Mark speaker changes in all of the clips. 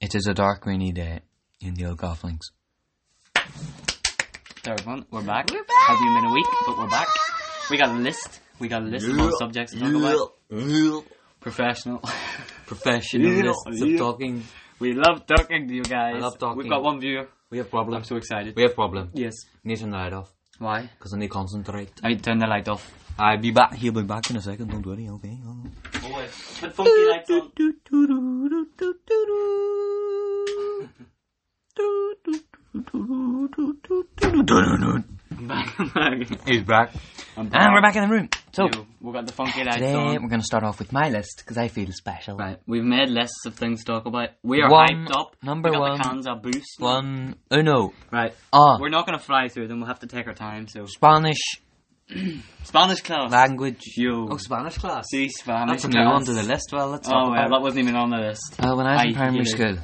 Speaker 1: It is a dark, rainy day in the Oak Offlings.
Speaker 2: There, everyone. We're back. Hasn't been a week, but we're back. We got a list. We got a list of all the subjects to talk about. Professional.
Speaker 1: Professional
Speaker 2: Yeah,
Speaker 1: lists of
Speaker 2: yeah.
Speaker 1: talking.
Speaker 2: we love talking to you guys.
Speaker 1: I love talking.
Speaker 2: We've got one viewer.
Speaker 1: We have
Speaker 2: I'm
Speaker 1: problems.
Speaker 2: so excited.
Speaker 1: We have problem.
Speaker 2: yes.
Speaker 1: Need to turn the light off
Speaker 2: Why?
Speaker 1: because I need to concentrate.
Speaker 2: I need to turn the light off.
Speaker 1: I'll be back. Ah, He'll be back in a second. Don't worry. Okay. Oh.
Speaker 2: Always. Put funky lights on. Back, back.
Speaker 1: He's back,
Speaker 2: I'm
Speaker 1: and we're back in the room. So
Speaker 2: You. We've got the funky lights
Speaker 1: today
Speaker 2: on.
Speaker 1: we're gonna start off with my list because I feel special.
Speaker 2: Right, we've made lists of things to talk about. We are
Speaker 1: One-
Speaker 2: hyped up.
Speaker 1: number
Speaker 2: we got
Speaker 1: one-
Speaker 2: The cans are boost.
Speaker 1: One, oh no,
Speaker 2: Right.
Speaker 1: ah,
Speaker 2: We're not gonna fly through them. We'll have to take our time. So
Speaker 1: Spanish
Speaker 2: Spanish class.
Speaker 1: language.
Speaker 2: Yo.
Speaker 1: Oh, Spanish class.
Speaker 2: See Spanish
Speaker 1: That's a new
Speaker 2: class.
Speaker 1: one to the list. Well, let's
Speaker 2: Oh
Speaker 1: talk
Speaker 2: well,
Speaker 1: about.
Speaker 2: that wasn't even on the list.
Speaker 1: Uh, when I was in
Speaker 2: I
Speaker 1: primary
Speaker 2: hate it.
Speaker 1: school.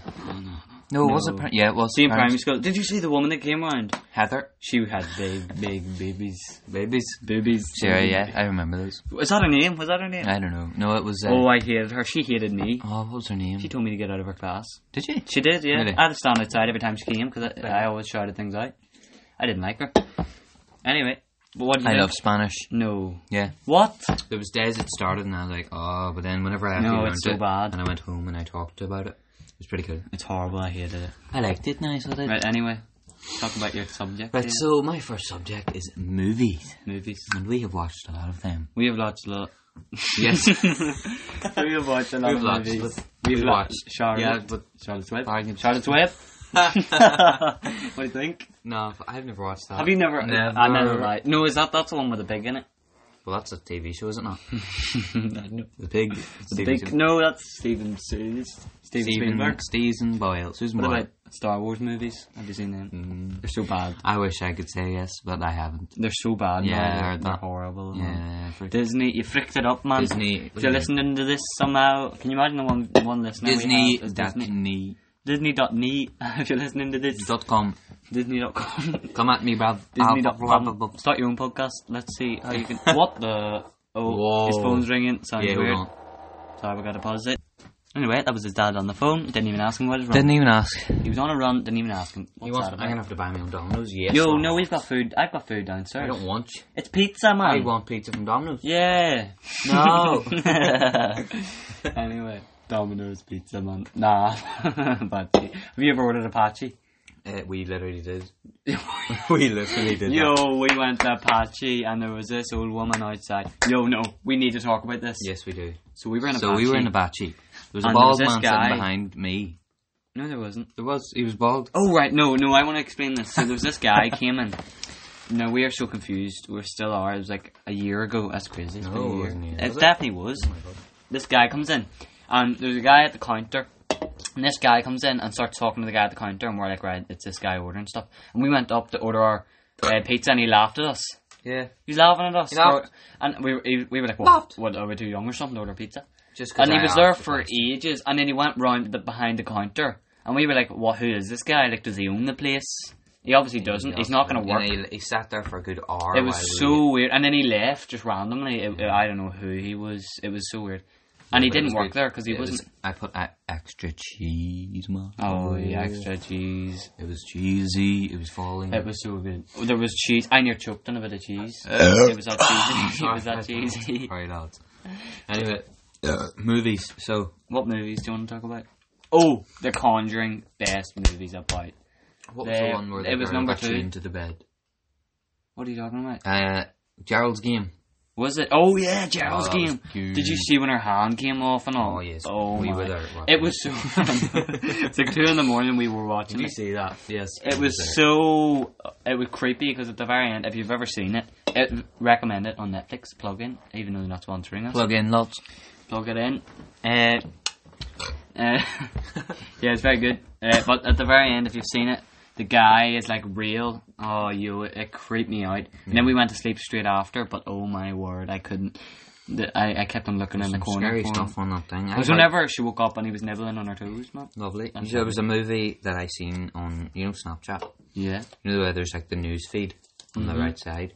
Speaker 1: No, it wasn't.
Speaker 2: No.
Speaker 1: Pri- yeah, it was.
Speaker 2: See in primary school. Did you see the woman that came around?
Speaker 1: Heather.
Speaker 2: She had big, big babies,
Speaker 1: Babies.
Speaker 2: babies.
Speaker 1: Sarah, uh, yeah, I remember those.
Speaker 2: Was that her name? Was that her name?
Speaker 1: I don't know. No, it was. Uh,
Speaker 2: Oh, I hated her. She hated me.
Speaker 1: oh, what was her name?
Speaker 2: She told me to get out of her class.
Speaker 1: Did she?
Speaker 2: She did, yeah.
Speaker 1: Really?
Speaker 2: I had to stand outside every time she came because I, I always shouted things out. I didn't like her. Anyway, but what do you
Speaker 1: I
Speaker 2: think?
Speaker 1: love Spanish.
Speaker 2: No.
Speaker 1: Yeah.
Speaker 2: What?
Speaker 1: There was days it started and I was like, oh, but then whenever I
Speaker 2: No,
Speaker 1: actually learned
Speaker 2: it's so
Speaker 1: it,
Speaker 2: bad.
Speaker 1: and I went home and I talked about it, it was pretty cool.
Speaker 2: It's horrible. I hated it.
Speaker 1: I liked it. Nice, I did. Right.
Speaker 2: Right. Anyway, talk about your subject. yeah.
Speaker 1: so my first subject is movies,
Speaker 2: movies.
Speaker 1: and we have watched a lot of them.
Speaker 2: We have watched a lot.
Speaker 1: Yes.
Speaker 2: we have watched a lot
Speaker 1: We've
Speaker 2: of
Speaker 1: watched,
Speaker 2: movies.
Speaker 1: but
Speaker 2: We've,
Speaker 1: we've
Speaker 2: watched,
Speaker 1: watched.
Speaker 2: Charlotte.
Speaker 1: Yeah, but-
Speaker 2: Charlotte's Web.
Speaker 1: Bargain.
Speaker 2: Charlotte's Web. what do you think?
Speaker 1: no, I've never watched that.
Speaker 2: Have you never?
Speaker 1: Never.
Speaker 2: I never. Right. No, is that that's the one with the pig in it?
Speaker 1: Well, that's a TV show, is it not?
Speaker 2: no.
Speaker 1: The pig.
Speaker 2: The big, no, that's Steven Seals. Steven
Speaker 1: Steven,
Speaker 2: Spielberg.
Speaker 1: Steven Boyle. Susan
Speaker 2: What
Speaker 1: Boyle.
Speaker 2: about Star Wars movies? Have you seen them?
Speaker 1: Mm,
Speaker 2: They're so bad.
Speaker 1: I wish I could say yes, but I haven't.
Speaker 2: They're so bad.
Speaker 1: Yeah,
Speaker 2: man.
Speaker 1: I
Speaker 2: They're,
Speaker 1: heard
Speaker 2: they're
Speaker 1: that.
Speaker 2: horrible. man.
Speaker 1: Yeah. freak.
Speaker 2: Oh. Disney, you fricked it up, man.
Speaker 1: Disney.
Speaker 2: If you're listening to this somehow, can you imagine the one the one listener we
Speaker 1: Disney.
Speaker 2: have is
Speaker 1: dot
Speaker 2: Disney.
Speaker 1: me
Speaker 2: Disney.me. if you're listening to this,
Speaker 1: dot com.
Speaker 2: Disney.com.
Speaker 1: Come at me, bruv.
Speaker 2: Disney.com. Start your own podcast. Let's see how you can. what the? Oh,
Speaker 1: Whoa.
Speaker 2: his phone's ringing. Sounds
Speaker 1: Yeah,
Speaker 2: weird.
Speaker 1: hold on.
Speaker 2: Sorry, we gotta pause it. Anyway, that was his dad on the phone. Didn't even ask him what his wrong.
Speaker 1: Didn't even ask.
Speaker 2: He was on a run. Didn't even ask him.
Speaker 1: You
Speaker 2: What's
Speaker 1: want,
Speaker 2: that
Speaker 1: I'm
Speaker 2: about?
Speaker 1: gonna have to buy me on Domino's. Yes.
Speaker 2: Yo,
Speaker 1: or
Speaker 2: no,
Speaker 1: not?
Speaker 2: we've got food. I've got food downstairs.
Speaker 1: I don't want you.
Speaker 2: It's pizza, man.
Speaker 1: I want pizza from Domino's.
Speaker 2: Yeah.
Speaker 1: No.
Speaker 2: anyway, Domino's Pizza, man. Nah. Apache. Have you ever ordered Apache?
Speaker 1: Uh, we literally did. we literally did.
Speaker 2: Yo,
Speaker 1: that.
Speaker 2: we went to Apache and there was this old woman outside. Yo, no, we need to talk about this.
Speaker 1: Yes, we do.
Speaker 2: So we were in
Speaker 1: so
Speaker 2: Apache.
Speaker 1: we were in a batchy. There was a
Speaker 2: And there
Speaker 1: bald
Speaker 2: was this
Speaker 1: man
Speaker 2: guy.
Speaker 1: sitting behind me.
Speaker 2: No, there wasn't.
Speaker 1: There was. He was bald.
Speaker 2: Oh, right. No, no, I want to explain this. So there was this guy came in. No, we are so confused. We still are. It was like a year ago. That's crazy. It's
Speaker 1: No,
Speaker 2: been a
Speaker 1: it
Speaker 2: year.
Speaker 1: wasn't a year,
Speaker 2: It
Speaker 1: was it?
Speaker 2: definitely was.
Speaker 1: Oh my god.
Speaker 2: this guy comes in, and there's a guy at the counter, and this guy comes in and starts talking to the guy at the counter, and we're like, right, it's this guy ordering stuff. And we went up to order our uh, pizza, and he laughed at us.
Speaker 1: Yeah.
Speaker 2: He was laughing at us.
Speaker 1: He laughed.
Speaker 2: And we were, he- we were like,
Speaker 1: Laughed.
Speaker 2: what, what, are we too young or something to order pizza?
Speaker 1: Just 'cause
Speaker 2: And he
Speaker 1: I
Speaker 2: was
Speaker 1: asked
Speaker 2: there
Speaker 1: if I
Speaker 2: for
Speaker 1: was-
Speaker 2: ages, and then he went round the, behind the counter, and we were like, what, who is this guy? Like, does he own the place? He obviously doesn't. He's not going to work.
Speaker 1: And he, he sat there for a good hour.
Speaker 2: It was so
Speaker 1: while
Speaker 2: weird. And then he left just randomly. It, I don't know who he was. It was so weird. And he
Speaker 1: but it
Speaker 2: didn't
Speaker 1: was
Speaker 2: work
Speaker 1: good.
Speaker 2: there because he
Speaker 1: we, it was-
Speaker 2: wasn't.
Speaker 1: I put uh, extra cheese, man.
Speaker 2: Oh, yeah, extra cheese.
Speaker 1: It was cheesy. It was falling.
Speaker 2: It was so good. Oh, there was cheese. I near choked on a bit of cheese. it was that cheesy. it was that cheesy.
Speaker 1: Very loud. Anyway, uh, movies. So,
Speaker 2: what movies do you want to talk about? Oh, The Conjuring. Best movies about.
Speaker 1: what
Speaker 2: was the There- one where the it was girl number got two. chained
Speaker 1: into the bed?
Speaker 2: What are you talking about?
Speaker 1: Uh, Gerald's game.
Speaker 2: Was it? Oh, yeah, Gerald's
Speaker 1: Oh, that was
Speaker 2: game. Did you
Speaker 1: good.
Speaker 2: see when her hand came off and all?
Speaker 1: Oh, yes.
Speaker 2: Oh,
Speaker 1: We
Speaker 2: my.
Speaker 1: were there watching
Speaker 2: It was so. it's like 2 in the morning we were watching it.
Speaker 1: see that? Yes.
Speaker 2: It was so uh, it was creepy because at the very end, if you've ever seen it, it recommend it on Netflix. Plug in, even though they're not sponsoring us. Plug,
Speaker 1: plug in lots.
Speaker 2: it in. Uh, uh, yeah, it's very good. Uh, but at the very end, if you've seen it, the guy is like real. Oh, you it creeped me out. And
Speaker 1: Hmm.
Speaker 2: then we went to sleep straight after. But oh my word, I couldn't. The, I, I kept on looking in the
Speaker 1: Some
Speaker 2: corner.
Speaker 1: scary
Speaker 2: for him.
Speaker 1: stuff on that thing. I
Speaker 2: Because
Speaker 1: like-
Speaker 2: whenever she woke up and he was nibbling on her toes, man.
Speaker 1: Lovely.
Speaker 2: And
Speaker 1: There was a movie that I seen on you know Snapchat.
Speaker 2: Yeah.
Speaker 1: You know the way there's like the news feed on
Speaker 2: Mm-hmm.
Speaker 1: the right side.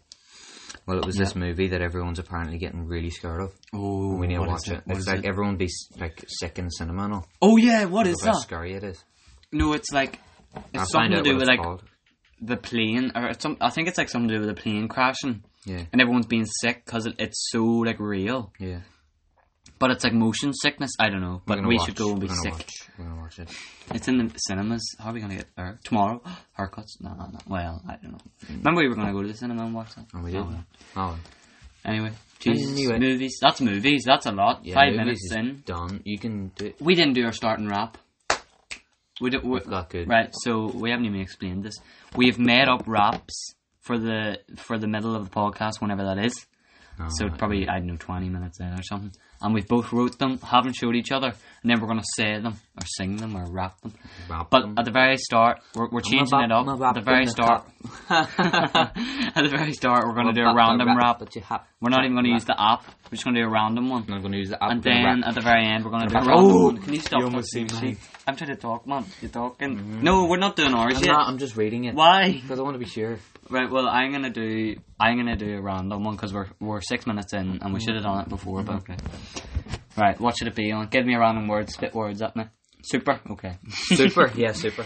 Speaker 1: Well, it was this movie that everyone's apparently getting really scared of.
Speaker 2: Oh,
Speaker 1: We need to watch it. It's like everyone be s- like sick in the cinema and all.
Speaker 2: oh yeah, what is
Speaker 1: Look how
Speaker 2: that?
Speaker 1: scary it is.
Speaker 2: no, it's like it's
Speaker 1: I'll find
Speaker 2: something to
Speaker 1: out
Speaker 2: do
Speaker 1: what
Speaker 2: with
Speaker 1: it's
Speaker 2: like
Speaker 1: called.
Speaker 2: the plane, or it's some. I think it's like something to do with the plane crashing,
Speaker 1: Yeah,
Speaker 2: and everyone's being sick because it, it's so like real.
Speaker 1: yeah.
Speaker 2: But it's like motion sickness. I don't know.
Speaker 1: We're
Speaker 2: But
Speaker 1: gonna
Speaker 2: we
Speaker 1: watch.
Speaker 2: should go and
Speaker 1: We're
Speaker 2: be
Speaker 1: gonna
Speaker 2: sick.
Speaker 1: Watch. We're gonna watch it.
Speaker 2: It's in the cinemas. How are we gonna get there tomorrow? Haircuts? No, no, no. Well, I don't know. Remember we were gonna go to the cinema and watch that.
Speaker 1: And we
Speaker 2: Oh,
Speaker 1: did.
Speaker 2: well.
Speaker 1: Oh,
Speaker 2: Anyway, Jesus,
Speaker 1: Anyway.
Speaker 2: movies. That's movies. That's a lot.
Speaker 1: yeah,
Speaker 2: Five
Speaker 1: movies
Speaker 2: minutes
Speaker 1: is
Speaker 2: in,
Speaker 1: Done. You can do it.
Speaker 2: we didn't do our starting rap. We did, we,
Speaker 1: We've got good.
Speaker 2: right. So we haven't even explained this. We have made up raps for the for the middle of the podcast, whenever that is.
Speaker 1: No,
Speaker 2: So
Speaker 1: right.
Speaker 2: probably I don't know twenty minutes in or something. And we've both wrote them, haven't showed each other, and then we're gonna say them or sing them or rap them.
Speaker 1: Wrap
Speaker 2: But
Speaker 1: them.
Speaker 2: at the very start, we're, we're changing
Speaker 1: wrap-
Speaker 2: it up.
Speaker 1: Mm. I'm a
Speaker 2: At
Speaker 1: wrap
Speaker 2: the very
Speaker 1: in the
Speaker 2: start, at the very start, we're gonna do
Speaker 1: Wrap
Speaker 2: a
Speaker 1: the
Speaker 2: random
Speaker 1: wrap
Speaker 2: rap.
Speaker 1: that you have.
Speaker 2: We're not even gonna use the app. We're just gonna do a random one.
Speaker 1: I'm not gonna use the app.
Speaker 2: And
Speaker 1: we're gonna
Speaker 2: then
Speaker 1: wrap.
Speaker 2: at the very end, we're gonna do.
Speaker 1: Wrap.
Speaker 2: Oh,
Speaker 1: Oh,
Speaker 2: can you stop?
Speaker 1: you almost
Speaker 2: talking?
Speaker 1: seen mine.
Speaker 2: I'm trying to talk, man. You're talking. No, we're not doing ours
Speaker 1: I'm,
Speaker 2: yet.
Speaker 1: not, I'm just reading it
Speaker 2: Why?
Speaker 1: because I want to be sure.
Speaker 2: Right. Well, I'm gonna do. I'm gonna do a random one because we're we're six minutes in and we should have done it before. But okay. Right. What should it be on? Give me a random word. Spit words at me. Super. Okay.
Speaker 1: Super. yeah, super.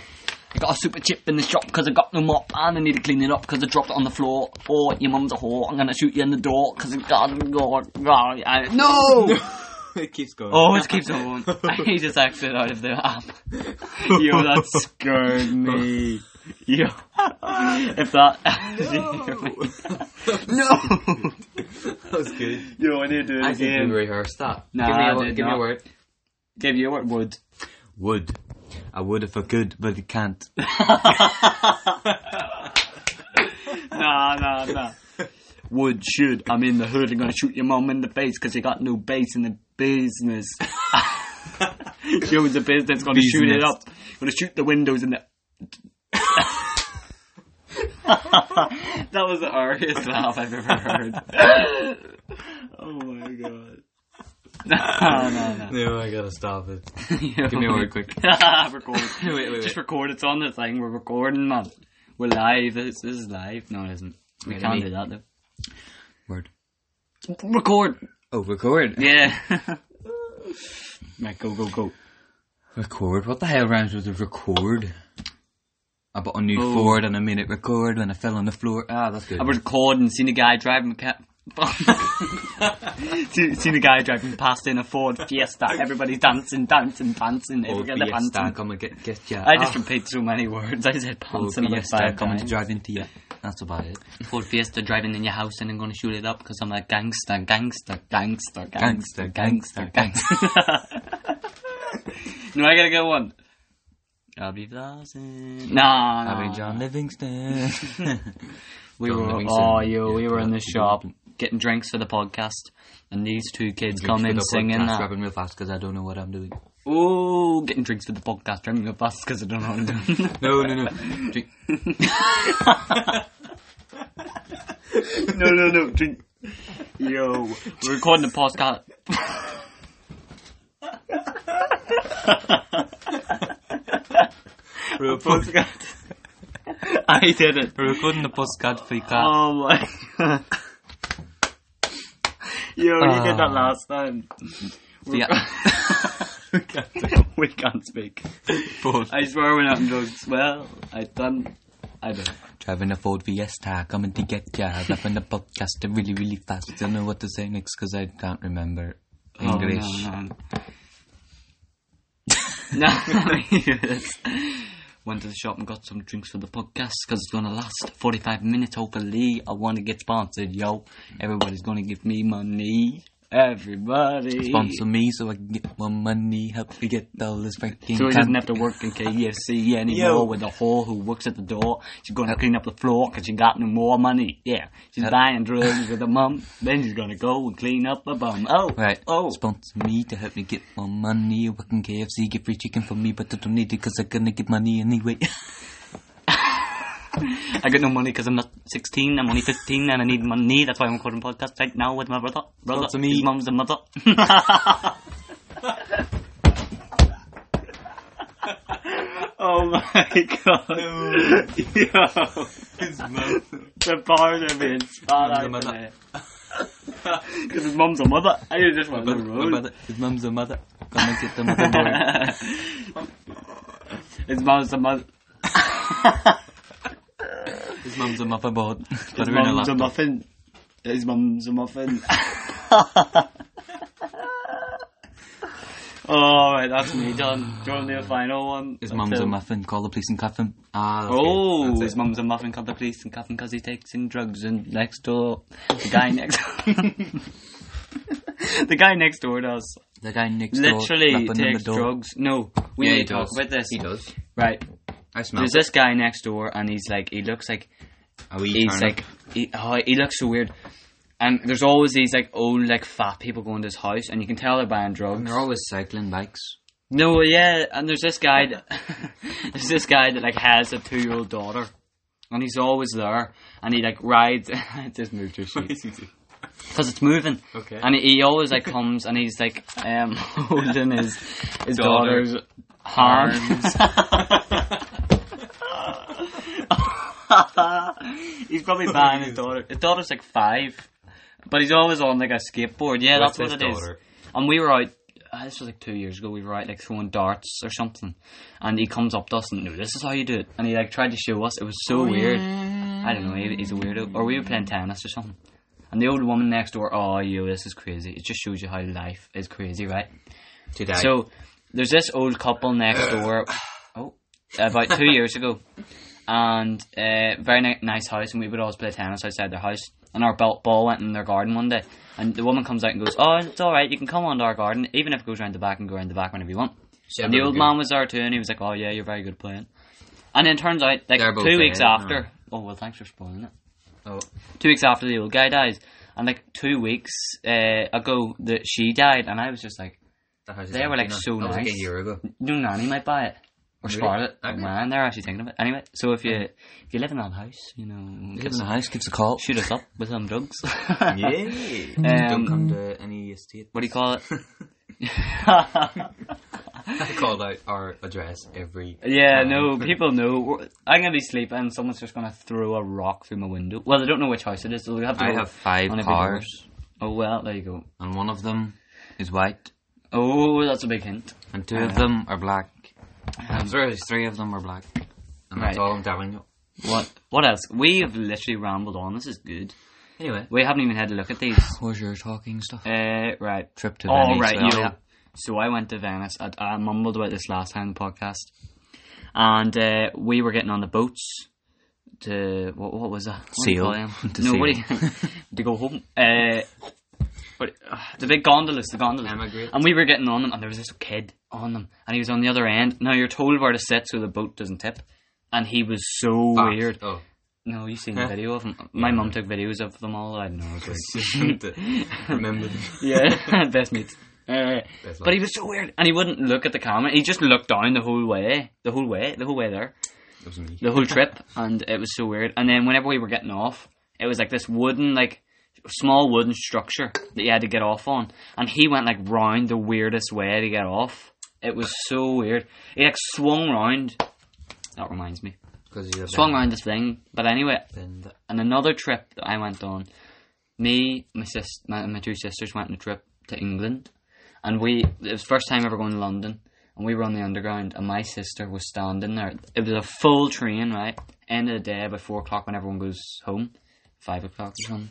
Speaker 2: I got a super chip in the shop because I got no mop and I need to clean it up because I dropped it on the floor. Or your mum's a whore. I'm gonna shoot you in the door because it got God. No.
Speaker 1: it keeps going.
Speaker 2: Always keeps on. He just exited out of the app. Yo, that scared me. Yo, if that. no.
Speaker 1: that was good.
Speaker 2: Yo, I need to do it
Speaker 1: I think we
Speaker 2: again.
Speaker 1: rehearsed that.
Speaker 2: Nah,
Speaker 1: give me a,
Speaker 2: I
Speaker 1: wo-
Speaker 2: did
Speaker 1: give me a
Speaker 2: not.
Speaker 1: word.
Speaker 2: Give you what would.
Speaker 1: Would. I would if I could, but I can't.
Speaker 2: Nah, nah, nah. Would, should. I'm in the hood. I'm gonna shoot your mum in the face because you got no base in the business. Yo, the business gonna shoot it
Speaker 1: Business.
Speaker 2: up. Gonna shoot the windows in the. that was the earliest laugh I've ever heard. oh my god. No, no, no.
Speaker 1: No, I gotta stop it.
Speaker 2: Give
Speaker 1: me a word quick.
Speaker 2: record.
Speaker 1: Wait, wait, wait.
Speaker 2: Just record. It's on the thing. We're recording, man. We're live. This, this is live. No, it isn't. We
Speaker 1: Wait, let
Speaker 2: can't
Speaker 1: me-
Speaker 2: do that though.
Speaker 1: Word.
Speaker 2: Record.
Speaker 1: Oh, record.
Speaker 2: Yeah. right, go, go, go.
Speaker 1: Record. What the hell rhymes with record? I bought a new
Speaker 2: Oh.
Speaker 1: Ford and I made it record when I fell on the floor. Ah, that's good.
Speaker 2: I was recording. Seen a guy driving a cat. seen, seen a guy driving past in a Ford Fiesta. Everybody's dancing, dancing, dancing.
Speaker 1: Oh,
Speaker 2: Everybody
Speaker 1: Fiesta,
Speaker 2: dancing.
Speaker 1: come and get, get ya.
Speaker 2: I just
Speaker 1: Ah,
Speaker 2: repeat so many words. I said
Speaker 1: oh,
Speaker 2: dancing about
Speaker 1: Fiesta,
Speaker 2: five
Speaker 1: come and
Speaker 2: times.
Speaker 1: drive into ya. That's about it.
Speaker 2: Ford Fiesta driving in your house and I'm gonna shoot it up because I'm like gangster, gangster, gangster, gangster,
Speaker 1: Gangster,
Speaker 2: gangster,
Speaker 1: gangster,
Speaker 2: gangster. no, I gotta get one. I'll be flossing. Nah,
Speaker 1: I'll
Speaker 2: nah.
Speaker 1: be John Livingston.
Speaker 2: we
Speaker 1: John
Speaker 2: were.
Speaker 1: Livingston.
Speaker 2: Oh, yo, we
Speaker 1: Yeah,
Speaker 2: were in the
Speaker 1: that's a good
Speaker 2: shop getting drinks for the podcast, and these two kids come in singing that.
Speaker 1: Rapping real fast because I don't know what I'm doing.
Speaker 2: Oh, getting drinks for the podcast, drinking the bus because I don't know what I'm doing.
Speaker 1: No, no, no. Drink.
Speaker 2: no, no, no, drink. Yo, we're recording the podcast.
Speaker 1: We're
Speaker 2: I did it.
Speaker 1: recording the postcard for your car.
Speaker 2: Oh my god. Yo, you did that
Speaker 1: Ah.
Speaker 2: last time. We're- we can't speak. I swear we're not drugs. Well, I done. I don't.
Speaker 1: Driving a Ford Fiesta, coming to get ya. Rapping the podcast really, really fast. Don't know what to say next because I can't remember English.
Speaker 2: Oh, no, no. no. Went to the shop and got some drinks for the podcast because it's going to last 45 minutes. Hopefully, I want to get sponsored, yo. Everybody's going to give me money. Everybody.
Speaker 1: Sponsor me so I can get more money. Help me get all this freaking.
Speaker 2: So he doesn't have to
Speaker 1: content.
Speaker 2: work in KFC anymore
Speaker 1: Mm-hmm. Yo.
Speaker 2: with the whore who works at the door. She's going to clean up the floor because she got no more money. Yeah, she's buying drugs with her mum. Then she's going to go and clean up the bum. Oh,
Speaker 1: Right.
Speaker 2: oh.
Speaker 1: Sponsor me to help me get more money. Work in KFC, get free chicken for me, but I don't need it because I'm gonna get money anyway.
Speaker 2: I got no money because I'm not 16. I'm only 15 and I need money. That's why I'm recording podcast right now with my brother. Brother,
Speaker 1: Sponsor me.
Speaker 2: his mum's a mother. oh my god. Yo. The bars are being spat
Speaker 1: Mum's a
Speaker 2: out
Speaker 1: mother.
Speaker 2: today. Because his mum's a mother. I just want to
Speaker 1: Mother-
Speaker 2: roll.
Speaker 1: mother- His mum's a mother. Come and get the mother boy.
Speaker 2: His mum's a mother.
Speaker 1: His mum's a muffin board. Put
Speaker 2: His
Speaker 1: her in a
Speaker 2: mum's a
Speaker 1: laptop.
Speaker 2: muffin. His mum's a muffin. Alright, that's me done. Do you want me a final one?
Speaker 1: His mum's a muffin. Call the police and cuff him. Ah, that's good.
Speaker 2: Oh,
Speaker 1: That's
Speaker 2: his
Speaker 1: it.
Speaker 2: mum's a muffin. Called the police and cuff him because he takes in drugs. And next door, the guy next, the guy next door does
Speaker 1: The guy next door.
Speaker 2: literally
Speaker 1: rapping on the
Speaker 2: takes
Speaker 1: door.
Speaker 2: drugs. No, we
Speaker 1: Yeah,
Speaker 2: need
Speaker 1: he
Speaker 2: to talk
Speaker 1: does.
Speaker 2: about this.
Speaker 1: He does.
Speaker 2: Right,
Speaker 1: I smell.
Speaker 2: there's this guy next door, and he's like, he looks like
Speaker 1: Oh,
Speaker 2: he's like he, oh, he looks so weird. And there's always these like old like fat people going to his house, and you can tell they're buying drugs.
Speaker 1: they're always cycling bikes.
Speaker 2: No, well, yeah, and there's this guy. That, there's this guy that like has a two-year-old daughter, and he's always there, and he like rides. it just moved your sheet because it's moving.
Speaker 1: Okay.
Speaker 2: And he, he always like comes and he's like um holding his his
Speaker 1: Daughter.
Speaker 2: daughter's arms. he's probably buying his daughter. His daughter's like five, but he's always on like a skateboard. Yeah, that's what it is. And we were out. Uh, this was like two years ago. We were out like throwing darts or something, and he comes up to us and no, this is how you do it. And he like tried to show us. It was so weird. I don't know. He, he's a weirdo. Or we were playing tennis or something. And the old woman next door. Oh, yo, this is crazy. It just shows you how life is crazy, right?
Speaker 1: Today.
Speaker 2: So there's this old couple next door. Oh, about two years ago, and uh, very ni- nice house, and we would always play tennis outside their house. And our ball, ball went in their garden one day, and the woman comes out and goes, "Oh, it's all right. You can come onto our garden, even if it goes round the back, and go round the back whenever you want." and the old man was there too, and he was like, "Oh yeah, you're very good at playing." And then it turns out, like
Speaker 1: They're both
Speaker 2: two weeks
Speaker 1: dead,
Speaker 2: after, oh well, thanks for spoiling it
Speaker 1: Oh.
Speaker 2: two weeks after the old guy dies, and like two weeks uh, ago that she died, and I was just like, They were, like,
Speaker 1: that
Speaker 2: so
Speaker 1: was, like, a
Speaker 2: nice.
Speaker 1: year ago.
Speaker 2: no, nanny might buy it or
Speaker 1: Really?
Speaker 2: Scarlet.
Speaker 1: Okay.
Speaker 2: Man, they're actually thinking of it anyway. So if you if you live in that house, you know,
Speaker 1: Give
Speaker 2: give
Speaker 1: us
Speaker 2: us-
Speaker 1: a house, give us a call.
Speaker 2: shoot us up with some drugs.
Speaker 1: Don't come to any estate.
Speaker 2: What do you call it?
Speaker 1: I called out our address every.
Speaker 2: yeah,
Speaker 1: time.
Speaker 2: no, people know. We're- I'm gonna be sleeping, and someone's just gonna throw a rock through my window. Well, they don't know which house it is, so they have to.
Speaker 1: I
Speaker 2: go
Speaker 1: have five
Speaker 2: on every door.
Speaker 1: cars,
Speaker 2: Oh well, there you go.
Speaker 1: and one of them is white,
Speaker 2: Oh, that's a big hint.
Speaker 1: and two of them are black. Uh-huh. I'm sorry, there's three of them are black, and that's
Speaker 2: Right.
Speaker 1: all I'm telling you.
Speaker 2: What? What else? We have literally rambled on. This is good.
Speaker 1: Anyway,
Speaker 2: We haven't even had a look at these.
Speaker 1: where's your talking stuff?
Speaker 2: Uh, right.
Speaker 1: Trip to
Speaker 2: All
Speaker 1: Venice.
Speaker 2: right,
Speaker 1: well,
Speaker 2: yo.
Speaker 1: yeah.
Speaker 2: So I went to Venice. I, I mumbled about this last time in the podcast, and uh, we were getting on the boats to what? What was that? What do you
Speaker 1: Sail.
Speaker 2: call them?
Speaker 1: To
Speaker 2: no,
Speaker 1: sail.
Speaker 2: what do you, to go home? Uh, but uh, the big gondolas, the gondolas.
Speaker 1: Emigrate.
Speaker 2: And we were getting on them, and there was this kid on them, and he was on the other end. Now you're told where to sit so the boat doesn't tip, and he was so
Speaker 1: Fast.
Speaker 2: weird.
Speaker 1: Oh,
Speaker 2: No, you seen the video of him? My mum took videos of them all. I don't know. It was weird.
Speaker 1: remember. them.
Speaker 2: Yeah, best mates. Uh,
Speaker 1: Best
Speaker 2: but he was so weird, and he wouldn't look at the camera. He just looked down the whole way, the whole way, the whole way there,
Speaker 1: That was me.
Speaker 2: the whole trip, and it was so weird. And then whenever we were getting off, it was like this wooden, like small wooden structure that you had to get off on, and he went like round the weirdest way to get off. It was so weird. He like swung round. That reminds me,
Speaker 1: Because you have
Speaker 2: swung round this thing. But anyway,
Speaker 1: Then the-
Speaker 2: and another trip that I went on, me, my sis, my, my two sisters went on a trip to England, and we it was the first time ever going to London, and we were on the underground, and my sister was standing there. It was a full train, right? End of the day, about four o'clock when everyone goes home, five o'clock or something.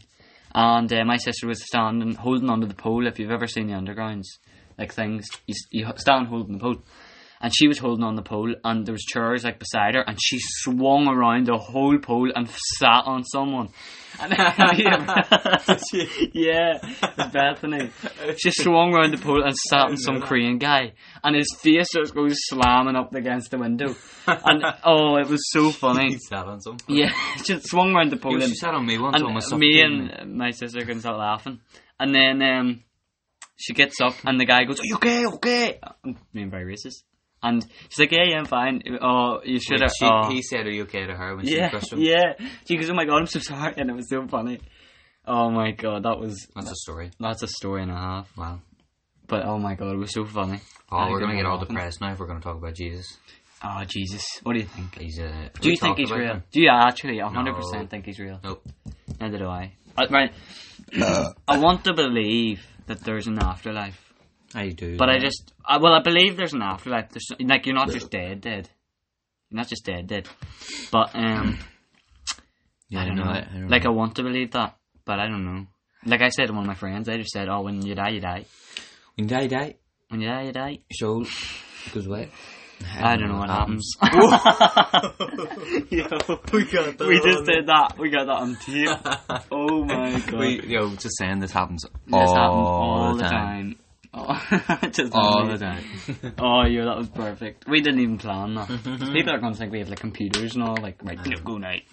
Speaker 2: And uh, my sister was standing, holding onto the pole. If you've ever seen the undergrounds, like things, you, s- you h- stand holding the pole. And she was holding on the pole, and there was chairs like beside her, and she swung around the whole pole and sat on someone. And yeah, it was Bethany. She swung around the pole and sat on some Korean guy, and his face just goes slamming up against the window. And oh, it was so
Speaker 1: he
Speaker 2: funny.
Speaker 1: sat on some.
Speaker 2: Yeah, she swung around the pole
Speaker 1: Yo,
Speaker 2: and
Speaker 1: she sat on me once,
Speaker 2: and
Speaker 1: almost
Speaker 2: me
Speaker 1: suffocated
Speaker 2: and my sister couldn't stop laughing. And then um, she gets up, and the guy goes, "Are you okay? Okay?" I'm being very racist. And she's like, "Yeah, yeah, I'm fine. Oh, you
Speaker 1: Wait,
Speaker 2: should have."
Speaker 1: she,
Speaker 2: oh.
Speaker 1: He said, "Are you okay?" to her when she
Speaker 2: yeah,
Speaker 1: crushed him.
Speaker 2: yeah. She goes, "Oh my god, I'm so sorry," and it was so funny. Oh my god, that was
Speaker 1: That's a story.
Speaker 2: that's a story and a half.
Speaker 1: Wow.
Speaker 2: But oh my god, it was so funny. I
Speaker 1: Oh, we're
Speaker 2: couldn't
Speaker 1: gonna get all
Speaker 2: laugh.
Speaker 1: depressed now if we're gonna talk about Jesus.
Speaker 2: Oh Jesus, what do you think?
Speaker 1: He's uh, a.
Speaker 2: Do you think he's real? Do you actually 100%
Speaker 1: No.
Speaker 2: think he's real?
Speaker 1: Nope.
Speaker 2: Neither do I. I right. I want to believe that there's an afterlife,
Speaker 1: I do.
Speaker 2: but I just I, well, I believe there's an afterlife. There's like you're not just dead, dead. Not just dead, dead. But um,
Speaker 1: Yeah,
Speaker 2: I don't know.
Speaker 1: I, I don't
Speaker 2: like
Speaker 1: know.
Speaker 2: I want to believe that, but I don't know. Like I said to one of my friends, I just said, "Oh, when you die, you die.
Speaker 1: when die die,
Speaker 2: When you die, you die."
Speaker 1: soul goes away.
Speaker 2: I don't know what happens. Yo,
Speaker 1: We got that
Speaker 2: we just
Speaker 1: on-
Speaker 2: did that. We got that on tape. oh my god.
Speaker 1: We, yo, just saying this happens
Speaker 2: this
Speaker 1: all,
Speaker 2: happens all
Speaker 1: the time.
Speaker 2: Oh, just
Speaker 1: All the
Speaker 2: amazing.
Speaker 1: time.
Speaker 2: Oh, yeah, that was perfect. We didn't even plan that.
Speaker 1: Mm-hmm.
Speaker 2: 'Cause People are going to think we have like computers and all, like, right,
Speaker 1: know.
Speaker 2: go night.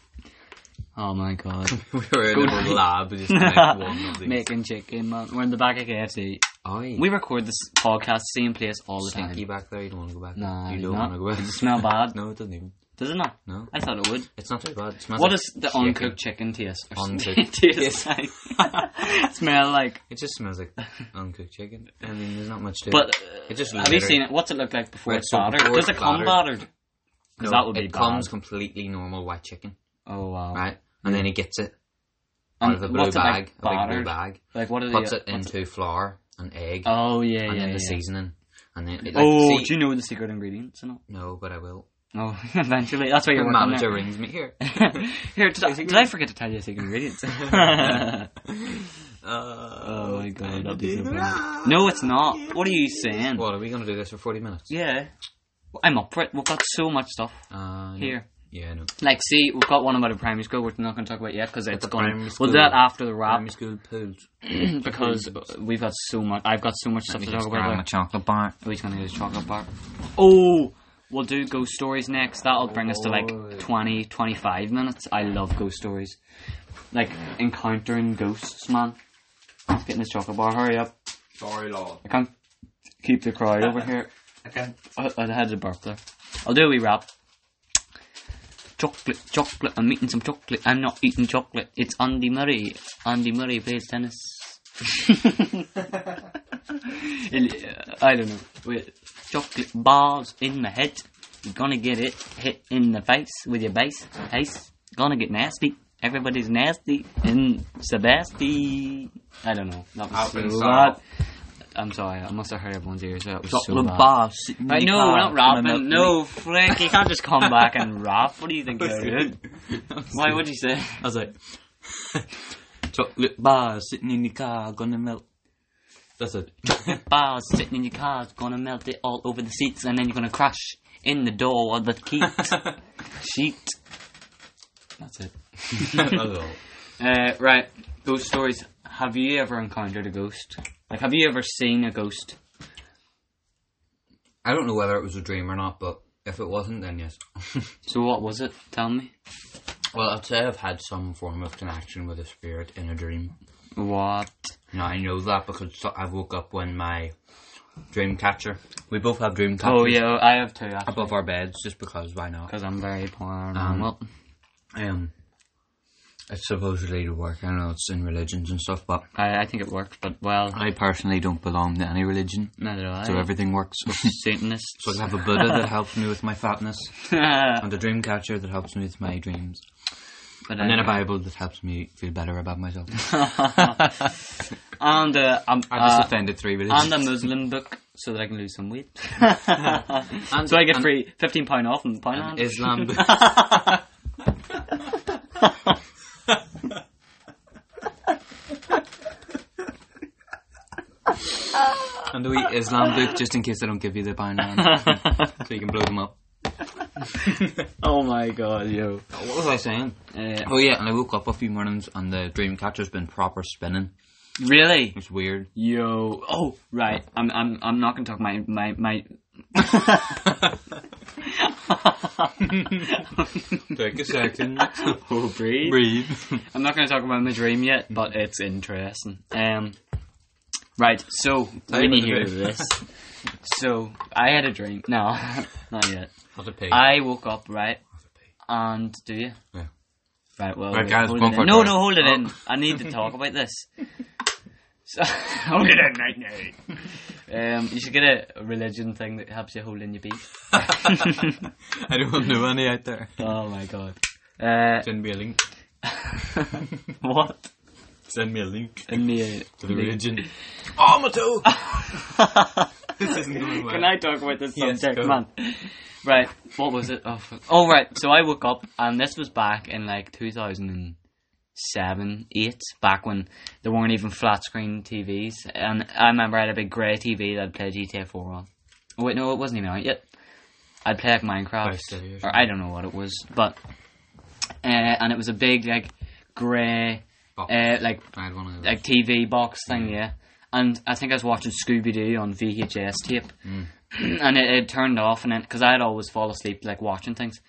Speaker 2: Oh my god.
Speaker 1: we were in
Speaker 2: Good
Speaker 1: a little lab just to make one of these.
Speaker 2: Making chicken, man. We're in the back of KFC.
Speaker 1: Oi.
Speaker 2: We record this podcast same place all the
Speaker 1: Stanky
Speaker 2: time.
Speaker 1: back there. You don't want to go back.
Speaker 2: Nah,
Speaker 1: you
Speaker 2: it's
Speaker 1: don't
Speaker 2: not.
Speaker 1: want to go back.
Speaker 2: Does it smell bad?
Speaker 1: no, it doesn't even.
Speaker 2: Does it not?
Speaker 1: No,
Speaker 2: I thought it would.
Speaker 1: it's not too bad. It smells
Speaker 2: What
Speaker 1: like
Speaker 2: does the
Speaker 1: chicken.
Speaker 2: uncooked chicken taste? or
Speaker 1: Uncooked.
Speaker 2: taste like? smell like?
Speaker 1: It just smells like uncooked chicken. I mean, there's not much to
Speaker 2: But
Speaker 1: it.
Speaker 2: uh,
Speaker 1: It just
Speaker 2: have you
Speaker 1: littered.
Speaker 2: seen it? What's it look like before
Speaker 1: Right,
Speaker 2: it's
Speaker 1: so
Speaker 2: battered?
Speaker 1: before
Speaker 2: Does it
Speaker 1: it's
Speaker 2: come
Speaker 1: battered-
Speaker 2: battered? Because that would be
Speaker 1: it comes
Speaker 2: bad.
Speaker 1: completely normal white chicken,
Speaker 2: Oh wow!
Speaker 1: right? And then he gets it
Speaker 2: And
Speaker 1: out of a blue
Speaker 2: what's it,
Speaker 1: bag,
Speaker 2: like,
Speaker 1: a big blue
Speaker 2: battered?
Speaker 1: bag,
Speaker 2: Like what are
Speaker 1: puts
Speaker 2: the?
Speaker 1: it into flour and egg,
Speaker 2: Oh
Speaker 1: and
Speaker 2: yeah, yeah,
Speaker 1: then
Speaker 2: yeah.
Speaker 1: the seasoning, and then it, like,
Speaker 2: oh,
Speaker 1: see-
Speaker 2: do you know the secret ingredients? and all?
Speaker 1: no, but I will.
Speaker 2: No, eventually. That's why
Speaker 1: The
Speaker 2: you're working
Speaker 1: manager
Speaker 2: there.
Speaker 1: rings me here.
Speaker 2: Here, did I, did I forget to tell you the secret ingredients?
Speaker 1: oh
Speaker 2: my God, that'd be so funny. no, it's not. What are you saying?
Speaker 1: What are we gonna do this for forty minutes?
Speaker 2: Yeah, I'm up for it. We've got so much stuff
Speaker 1: Uh, no.
Speaker 2: here.
Speaker 1: Yeah, no.
Speaker 2: Like, see, we've got one about a primary school, which we're not going to talk about yet because it's
Speaker 1: the
Speaker 2: going.
Speaker 1: primary
Speaker 2: We'll
Speaker 1: school-
Speaker 2: do that after the wrap
Speaker 1: Primary school pools.
Speaker 2: because we've got so much. I've got so much stuff to talk about.
Speaker 1: grab my
Speaker 2: there.
Speaker 1: chocolate bar.
Speaker 2: Are we going to get a chocolate bar? Oh, we'll do ghost stories next. That'll bring us to
Speaker 1: Oi.
Speaker 2: like 20, 25 minutes. I love ghost stories, like encountering ghosts, man. Let's get in this chocolate bar. Hurry up!
Speaker 1: Sorry, Lord.
Speaker 2: I can't keep the crowd over here.
Speaker 1: Okay.
Speaker 2: I, I had a burp there. I'll do a wee wrap. Chocolate, chocolate. I'm eating some chocolate. I'm not eating chocolate. It's Andy Murray. Andy Murray plays tennis. It- I don't know. Wait. Chocolate bars in my head. You're gonna get it hit in the face with your base. Face. Gonna get nasty. Everybody's nasty. And Sebastian. I don't know. That was
Speaker 1: I've
Speaker 2: so
Speaker 1: been
Speaker 2: bad. I'm sorry. I must have hurt everyone's ears. That was so bad. I
Speaker 1: I
Speaker 2: know, we're not rapping. No, Frank, you can't just come back and rap. What do you think you're doing? Why would you say?
Speaker 1: I was like, chocolate bar sitting in your car, gonna melt. That's it.
Speaker 2: Bars sitting in your car, it's gonna melt it all over the seats, and then you're gonna crash in the door of the keep sheet. That's it. Uh, right, ghost stories. Have you ever encountered a ghost? Like, have you ever seen a ghost?
Speaker 1: I don't know whether it was a dream or not, but if it wasn't, then yes.
Speaker 2: So, what was it? Tell me.
Speaker 1: well, I'd say I've had some form of connection with a spirit in a dream.
Speaker 2: What?
Speaker 1: Now I know that because so- I woke up when my dream catcher. We both have dream catchers
Speaker 2: Oh, yeah, I have two.
Speaker 1: above our beds, just because why not?
Speaker 2: Because I'm very poor.
Speaker 1: Um, Um, it's supposedly to work. I know it's in religions and stuff, but
Speaker 2: I, I think it worked, but well,
Speaker 1: I personally don't belong to any religion,
Speaker 2: neither do I.
Speaker 1: so everything works. Eh? so
Speaker 2: Satanists.
Speaker 1: I have a Buddha that helps me with my fatness, and a dream catcher that helps me with my dreams,
Speaker 2: But
Speaker 1: and then a
Speaker 2: anyway.
Speaker 1: Bible that helps me feel better about myself.
Speaker 2: and uh, um,
Speaker 1: I just
Speaker 2: uh,
Speaker 1: offended three religions.
Speaker 2: and a Muslim book so that I can lose some weight. so I get
Speaker 1: and-
Speaker 2: free fifteen pound off in Poundland.
Speaker 1: Islam. and the wee Islam book just in case I don't give you the pound round, so you can blow them up.
Speaker 2: oh my god, yo!
Speaker 1: What was I saying?
Speaker 2: Uh,
Speaker 1: Oh yeah, and I woke up a few mornings and the dream catcher's been proper spinning.
Speaker 2: really?
Speaker 1: It's weird.
Speaker 2: Yo! Oh, right. I'm I'm I'm not gonna talk my my my.
Speaker 1: Take a second.
Speaker 2: oh, breathe.
Speaker 1: Breathe.
Speaker 2: I'm not gonna talk about my dream yet, but it's interesting. Um, right. So when
Speaker 1: about
Speaker 2: you
Speaker 1: the
Speaker 2: hear
Speaker 1: dream.
Speaker 2: this, so I had a dream. No, not yet.
Speaker 1: Not a pig.
Speaker 2: I woke up right, and do you?
Speaker 1: Yeah.
Speaker 2: Right. Well,
Speaker 1: Right,
Speaker 2: wait,
Speaker 1: guys,
Speaker 2: hold
Speaker 1: go
Speaker 2: it
Speaker 1: for
Speaker 2: in.
Speaker 1: it,
Speaker 2: no,
Speaker 1: guys.
Speaker 2: no, hold it in. I need to talk about this. So, hold it in right now. Um, you should get a religion thing that helps you hold in your beat.
Speaker 1: I don't know any out there.
Speaker 2: Oh my god. Uh,
Speaker 1: Send me a link.
Speaker 2: what?
Speaker 1: Send me a link
Speaker 2: In the,
Speaker 1: to the religion. Oh, my toe! this isn't going well.
Speaker 2: Can I talk about this
Speaker 1: Yes,
Speaker 2: subject,
Speaker 1: go.
Speaker 2: man? Right, what was it? Oh, fuck. oh, right. So I woke up, and this was back in like 2007, 8, back when there weren't even flat screen TVs. And I remember I had a big grey TV that I'd play GTA 4 on. Oh, wait, no, it wasn't even out yet. I'd play like Minecraft,
Speaker 1: Five
Speaker 2: or I don't know what it was, but. Uh, and it was a big, like, grey,
Speaker 1: Box.
Speaker 2: uh, like,
Speaker 1: I had one of those.
Speaker 2: like TV box thing, yeah. And I think I was watching Scooby Doo on VHS tape, and it, it turned off, and then because I'd always fall asleep like watching things,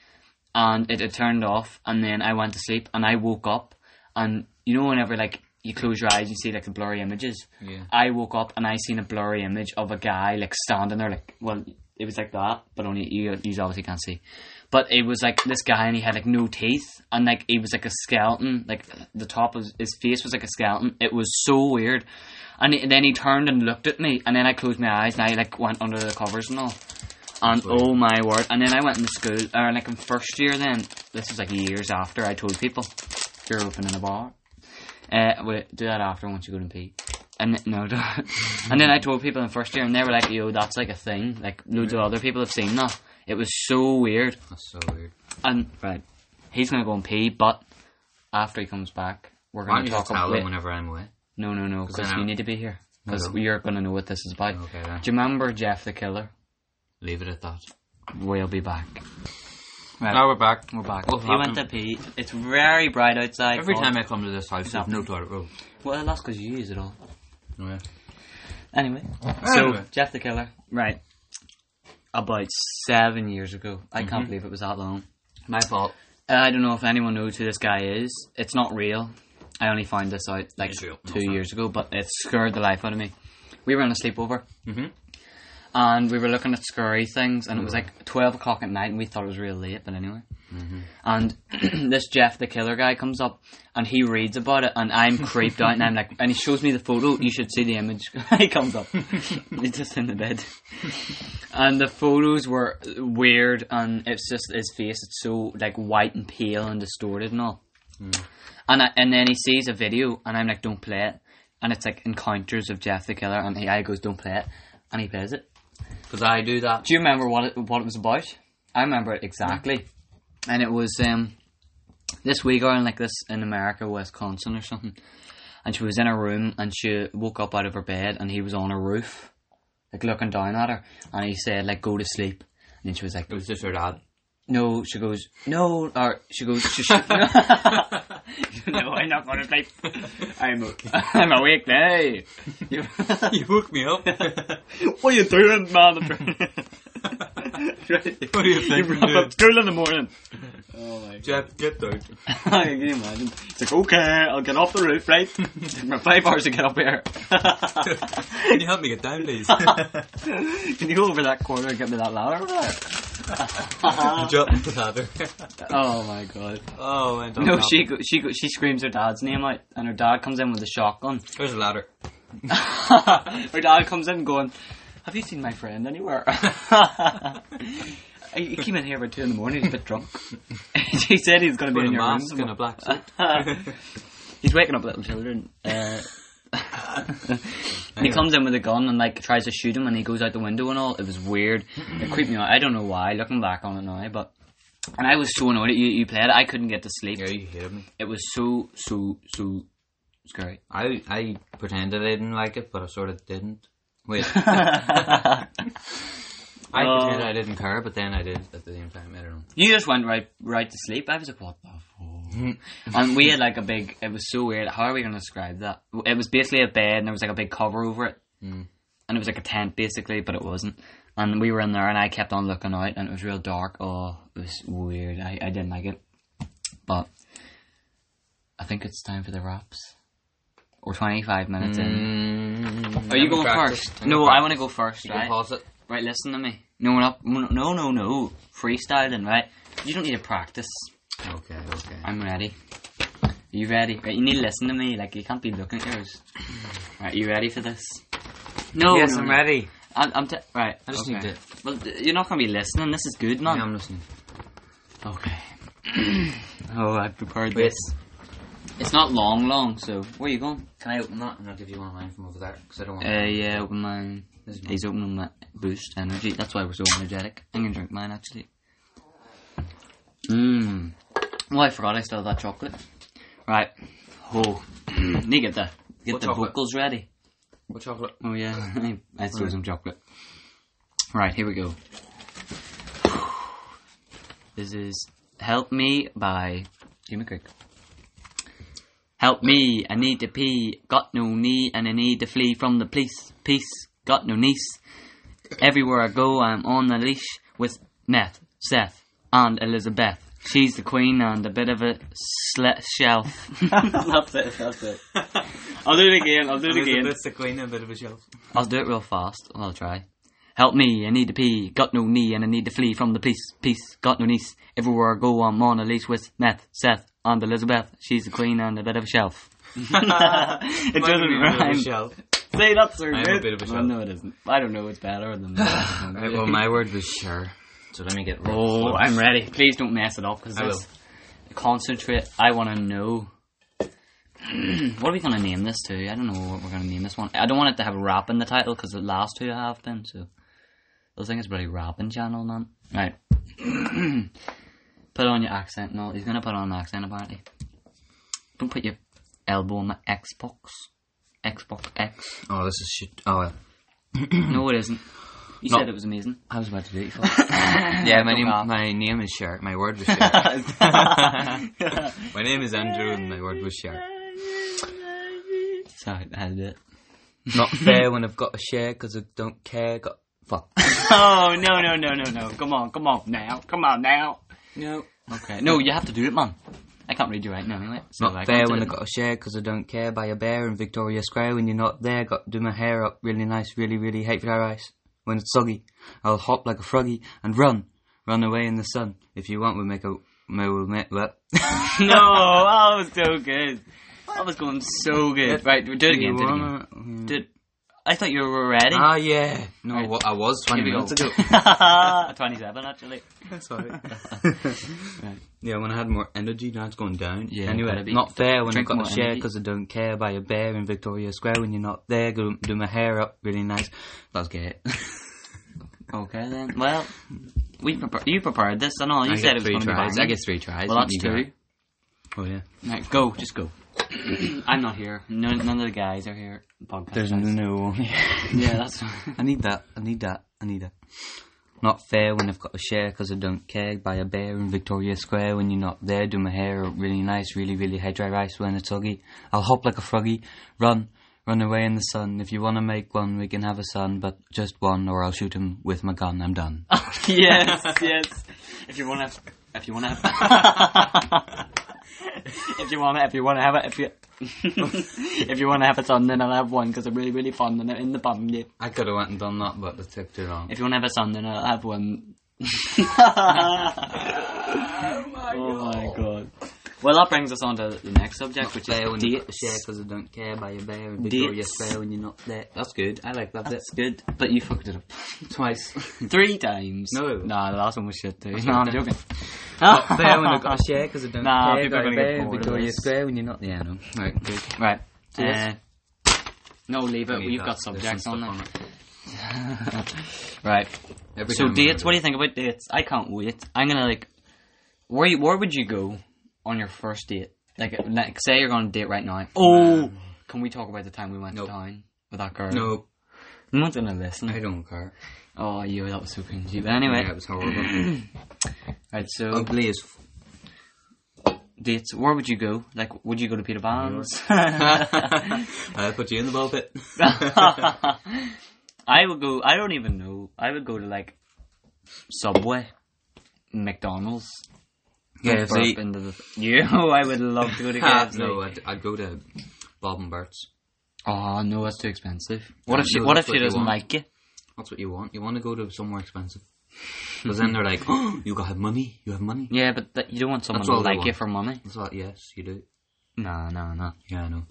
Speaker 2: and it, it turned off, and then I went to sleep, and I woke up, and you know whenever like you close your eyes, you see like the blurry images.
Speaker 1: Yeah.
Speaker 2: I woke up and I seen a blurry image of a guy like standing there, like well, it was like that, but only you, you obviously can't see. But it was like this guy, and he had like no teeth, and like he was like a skeleton. Like the top of his face was like a skeleton. It was so weird. And, he, then he turned and looked at me, and then I closed my eyes, and I like went under the covers and all. And oh my word! And then I went into school, or like in first year. Then this was like years after I told people, "You're opening a bar." Uh, well, do that after once you go to pee. And th- no, don't. and then I told people in first year, and they were like, "Yo, that's like a thing. Like loads of other people have seen that. It was so weird."
Speaker 1: That's so weird.
Speaker 2: And right, he's gonna go and pee, but after he comes back, we're
Speaker 1: Why
Speaker 2: gonna
Speaker 1: don't you just
Speaker 2: talk
Speaker 1: tell
Speaker 2: about.
Speaker 1: them
Speaker 2: Wait,
Speaker 1: whenever I'm away?
Speaker 2: no, no, no, because
Speaker 1: then
Speaker 2: you
Speaker 1: I'll-
Speaker 2: need to be here because
Speaker 1: No.
Speaker 2: you're gonna know what this is about.
Speaker 1: Okay, then.
Speaker 2: Do you remember Jeff the Killer?
Speaker 1: Leave it at that.
Speaker 2: We'll be back. Right.
Speaker 1: Now we're back.
Speaker 2: We're back.
Speaker 1: What's
Speaker 2: he went to
Speaker 1: happening?
Speaker 2: pee. It's very bright outside.
Speaker 1: Every
Speaker 2: Oh,
Speaker 1: time I come to this house, there's no toilet roll.
Speaker 2: Well, that's because you use it all.
Speaker 1: Oh, yeah.
Speaker 2: Anyway.
Speaker 1: Anyway.
Speaker 2: So, Jeff the Killer. Right. About seven years ago. I
Speaker 1: Mm-hmm.
Speaker 2: can't believe it was that long.
Speaker 1: My fault.
Speaker 2: Uh, I don't know if anyone knows who this guy is. It's not real. I only found this out like
Speaker 1: It's real.
Speaker 2: two
Speaker 1: No,
Speaker 2: years ago, but it scared the life out of me. We were on a sleepover.
Speaker 1: Mhm.
Speaker 2: And we were looking at scary things, and it was like 12 o'clock at night, and we thought it was real late, but anyway. And this Jeff the Killer guy comes up, and he reads about it, and I'm creeped out, and I'm like, and he shows me the photo. You should see the image. he comes up. He's just in the bed and the photos were weird and it's just his face it's so like white and pale and distorted and all and I, and then he sees a video and i'm like don't play it and it's like encounters of jeff the killer and he I goes don't play it and he plays it
Speaker 1: Because I do that.
Speaker 2: do you remember what it, what it was about i remember it exactly and it was um this wee girl in like this in america wisconsin or something and she was in her room and she woke up out of her bed and he was on her roof like looking down at her and he said like go to sleep and then she was like
Speaker 1: It was just her dad.
Speaker 2: no, she goes, no, or she goes, she, she, no. I'm not going to sleep. I'm, I'm awake now. You-
Speaker 1: you woke me up.
Speaker 2: what are you doing, man?
Speaker 1: What do you
Speaker 2: you
Speaker 1: think I'm
Speaker 2: wrap
Speaker 1: doing?
Speaker 2: up school in the morning. Oh my
Speaker 1: Jeff, get out.
Speaker 2: god. Can you imagine? It's like, okay, I'll get off the roof, right? Took me five hours to get up here.
Speaker 1: Can you help me get down, please?
Speaker 2: Can you go over that corner and get me that ladder?
Speaker 1: Jump the ladder.
Speaker 2: Oh my god.
Speaker 1: Oh, I don't
Speaker 2: No,
Speaker 1: know.
Speaker 2: she, go- she, go- she screams her dad's name out, and her dad comes in with a shotgun.
Speaker 1: There's a ladder.
Speaker 2: her dad comes in going, Have you seen my friend anywhere? he came in here about two in the morning, he's a bit drunk. he said he's going to be
Speaker 1: With a
Speaker 2: in your room.
Speaker 1: mask and a black suit.
Speaker 2: somewhere. he's waking up little children. Uh, he comes in with a gun and like tries to shoot him, and he goes out the window and all. It was weird. It creeped me out. I don't know why. Looking back on it now, but and I was so annoyed. that You you played. it. I couldn't get to sleep.
Speaker 1: Yeah, you hated me.
Speaker 2: It was so so so scary.
Speaker 1: I, I pretended I didn't like it, but I sort of didn't. Wait. I
Speaker 2: Oh.
Speaker 1: pretended I didn't care, but then I did at the same time. I don't know.
Speaker 2: You just went right right to sleep. I was like, what the fuck? and we had like a big. It was so weird. How are we going to describe that? It was basically a bed, and there was like a big cover over it,
Speaker 1: Hmm.
Speaker 2: and it was like a tent basically, but it wasn't. And we were in there, and I kept on looking out, and it was real dark. Oh, it was weird. I, I didn't like it, but I think it's time for the wraps. Or twenty five minutes in.
Speaker 1: Mm,
Speaker 2: Are you
Speaker 1: I'm
Speaker 2: going
Speaker 1: practice.
Speaker 2: first?
Speaker 1: I'm
Speaker 2: No,
Speaker 1: practice.
Speaker 2: I want to go first.
Speaker 1: You
Speaker 2: right?
Speaker 1: can pause it.
Speaker 2: Right, listen to me. No, we're not. we're not- No, no, no. Freestyling, right? You don't need to practice.
Speaker 1: Okay, okay.
Speaker 2: I'm ready. you ready? Right, you need to listen to me. Like, you can't be looking at yours. Right, you ready for this? No, no, no.
Speaker 1: ready.
Speaker 2: I'm, I'm t- right.
Speaker 1: I just
Speaker 2: okay.
Speaker 1: need to.
Speaker 2: Well, d- you're not going to be listening. This is good,
Speaker 1: Yeah,
Speaker 2: man.
Speaker 1: I'm listening.
Speaker 2: Okay. oh, I prepared
Speaker 1: Wait.
Speaker 2: this. It's not long, long, so. Where are you going?
Speaker 1: Can I Uh, open that and I'll give you one line from over there? Because I don't want
Speaker 2: Uh, yeah, open mine. He's opening that boost energy. That's why we're so energetic. I'm gonna drink mine actually. Mmm. Oh, I forgot I still had that chocolate. Right. Oh, need get the get
Speaker 1: What
Speaker 2: the
Speaker 1: chocolate?
Speaker 2: vocals ready.
Speaker 1: What chocolate?
Speaker 2: Oh yeah, I threw some chocolate. Right, here we go. This is "Help Me" by Jimmy Crick. Help me, I need to pee. Got no knee, and I need to flee from the police. Peace, got no niece. Everywhere I go, I'm on a leash with Meth, Seth, and Elizabeth. She's the queen and a bit of a slut shelf. that's it, that's it. I'll do it again, I'll do it again.
Speaker 1: the queen and a bit of a shelf.
Speaker 2: I'll do it real fast. I'll try. Help me, I need to pee. Got no knee, and I need to flee from the police. Peace, got no niece. Everywhere I go, I'm on a leash with Meth, Seth, and Elizabeth. She's the queen and a bit of a shelf. it doesn't rhyme. Say that's so
Speaker 1: I'm a
Speaker 2: good.
Speaker 1: bit of a
Speaker 2: Well,
Speaker 1: shelf.
Speaker 2: no, it isn't. I don't know. It's better than that.
Speaker 1: well, my word was sure. So let me get rid
Speaker 2: oh,
Speaker 1: of
Speaker 2: I'm ready. Please don't mess it up, because
Speaker 1: I
Speaker 2: this. Concentrate. I want to know. what are we gonna name this to? I don't know what we're gonna name this one. I don't want it to have rap in the title because the last two have been. So I think it's pretty rapping channel, man. Right. put on your accent. No, he's gonna put on an accent apparently. Don't put your elbow on the Xbox. Xbox X.
Speaker 1: Oh, this is shit. Oh, well.
Speaker 2: no, it isn't. You
Speaker 1: No.
Speaker 2: said it was amazing.
Speaker 1: I was about to do it. yeah, my
Speaker 2: Don't
Speaker 1: name,
Speaker 2: laugh.
Speaker 1: my name is Cher. My word was Cher. my name is Andrew, and my word was Cher.
Speaker 2: Sorry, I did it.
Speaker 1: Not fair when I've got a share because I don't care. Got fuck.
Speaker 2: Oh no no no no no! Come on, come on now, come on now.
Speaker 1: No.
Speaker 2: Okay, no, you have to do it, man. I can't read you right now, anyway. So I
Speaker 1: Not fair
Speaker 2: can't do
Speaker 1: when I
Speaker 2: it.
Speaker 1: got a share because I don't care. By a bear in Victoria Square when you're not there. Got to do my hair up really nice. Really, really hate dry rice when it's soggy. I'll hop like a froggy and run, run away in the sun. If you want, we'll make a we'll make well.
Speaker 2: No, I was so good. I was going so good. Right, do it again. Do it again. Do it. I thought you were ready.
Speaker 1: Ah yeah. No,
Speaker 2: Right.
Speaker 1: wa- I was twenty
Speaker 2: Here we go.
Speaker 1: minutes ago.
Speaker 2: Twenty-seven, actually.
Speaker 1: Sorry. Yeah, when I had more energy, now it's going down.
Speaker 2: Yeah,
Speaker 1: anyway,
Speaker 2: gotta be-
Speaker 1: not fair when I
Speaker 2: drink
Speaker 1: got
Speaker 2: more
Speaker 1: a share
Speaker 2: energy.
Speaker 1: because I don't care by a bear in Victoria Square when you're not there. Go do my hair up really nice. That's gay.
Speaker 2: Okay then. Well, we prepar- you prepared this and all. You
Speaker 1: I
Speaker 2: said
Speaker 1: get
Speaker 2: it was
Speaker 1: three
Speaker 2: going to be
Speaker 1: tries.
Speaker 2: banging.
Speaker 1: I guess three tries.
Speaker 2: Well,
Speaker 1: What
Speaker 2: that's
Speaker 1: you got?
Speaker 2: two.
Speaker 1: Oh yeah.
Speaker 2: Right, go. Just go. I'm not here. No, none of the guys are here. Podcast.
Speaker 1: There's
Speaker 2: guys.
Speaker 1: no one.
Speaker 2: Yeah, that's.
Speaker 1: I need that. I need that. I need that. Not fair when I've got a share because I don't care. By a bear in Victoria Square when you're not there. Do my hair up really nice, really, really hate dry rice when it's soggy. I'll hop like a froggy. Run, run away in the sun. If you want to make one, we can have a son, but just one, or I'll shoot him with my gun. I'm done.
Speaker 2: yes, yes. If you wanna, if you wanna, have, if you wanna, if you wanna have it, if you, if you wanna have a son, then I'll have one because I'm really, really fond and in the bum. Yeah.
Speaker 1: I could have went and done that, but it took too long.
Speaker 2: If you wanna have a son, then I'll have one. oh my god. Well, that brings us on to the next subject, which is
Speaker 1: fair when I've got a
Speaker 2: dates.
Speaker 1: share because I don't care. By a bear in Victoria
Speaker 2: Dates.
Speaker 1: Square when you're not there. That's good. I like that. bit.
Speaker 2: That's good, but you fucked it up
Speaker 1: twice.
Speaker 2: three times.
Speaker 1: No.
Speaker 2: nah, the last one was shit too. No, I'm joking.
Speaker 1: fair when I've got a share because I don't
Speaker 2: Nah,
Speaker 1: care.
Speaker 2: people are
Speaker 1: Got a
Speaker 2: gonna get
Speaker 1: bear in
Speaker 2: bored of
Speaker 1: Victoria
Speaker 2: this.
Speaker 1: Square when you're not. Yeah, no. Right, good.
Speaker 2: Right.
Speaker 1: Yes.
Speaker 2: Uh, no, leave it.
Speaker 1: Leave
Speaker 2: You've
Speaker 1: that.
Speaker 2: got
Speaker 1: There's some
Speaker 2: subjects on
Speaker 1: stuff
Speaker 2: there.
Speaker 1: on it.
Speaker 2: Right.
Speaker 1: Every
Speaker 2: so
Speaker 1: time I
Speaker 2: dates.
Speaker 1: remember.
Speaker 2: What do you think about dates? I can't wait. I'm gonna like. Where you, Where would you go on your first date? Like, like say you're going to date right now. Oh, can we talk about the time we went
Speaker 1: Nope.
Speaker 2: to town with that girl?
Speaker 1: No,
Speaker 2: I'm not gonna listen.
Speaker 1: I don't care.
Speaker 2: Oh, you. That was so cringy. But anyway,
Speaker 1: Yeah, it was horrible.
Speaker 2: right. So
Speaker 1: Ugly as. F-
Speaker 2: dates. Where would you go? Like, would you go to Peter Pan's?
Speaker 1: I put you in the ball pit.
Speaker 2: I would go. I don't even know. I would go to like Subway, McDonald's.
Speaker 1: KFC.
Speaker 2: Burp into the yeah, oh, I would love to go to
Speaker 1: Ah,
Speaker 2: KFC.
Speaker 1: no, I'd, I'd go to Bob and Bert's.
Speaker 2: Oh no, that's too expensive. What
Speaker 1: No,
Speaker 2: if she?
Speaker 1: no,
Speaker 2: What if
Speaker 1: that's what
Speaker 2: she
Speaker 1: you
Speaker 2: doesn't
Speaker 1: want.
Speaker 2: like you?
Speaker 1: That's what you want. You want to go to somewhere expensive. Because then they're like, oh, you got money. You have money.
Speaker 2: Yeah, but that, you don't want someone
Speaker 1: That's
Speaker 2: to
Speaker 1: all they
Speaker 2: like you
Speaker 1: want.
Speaker 2: for money.
Speaker 1: It's like, yes, you do.
Speaker 2: No, no, no.
Speaker 1: Yeah, I know.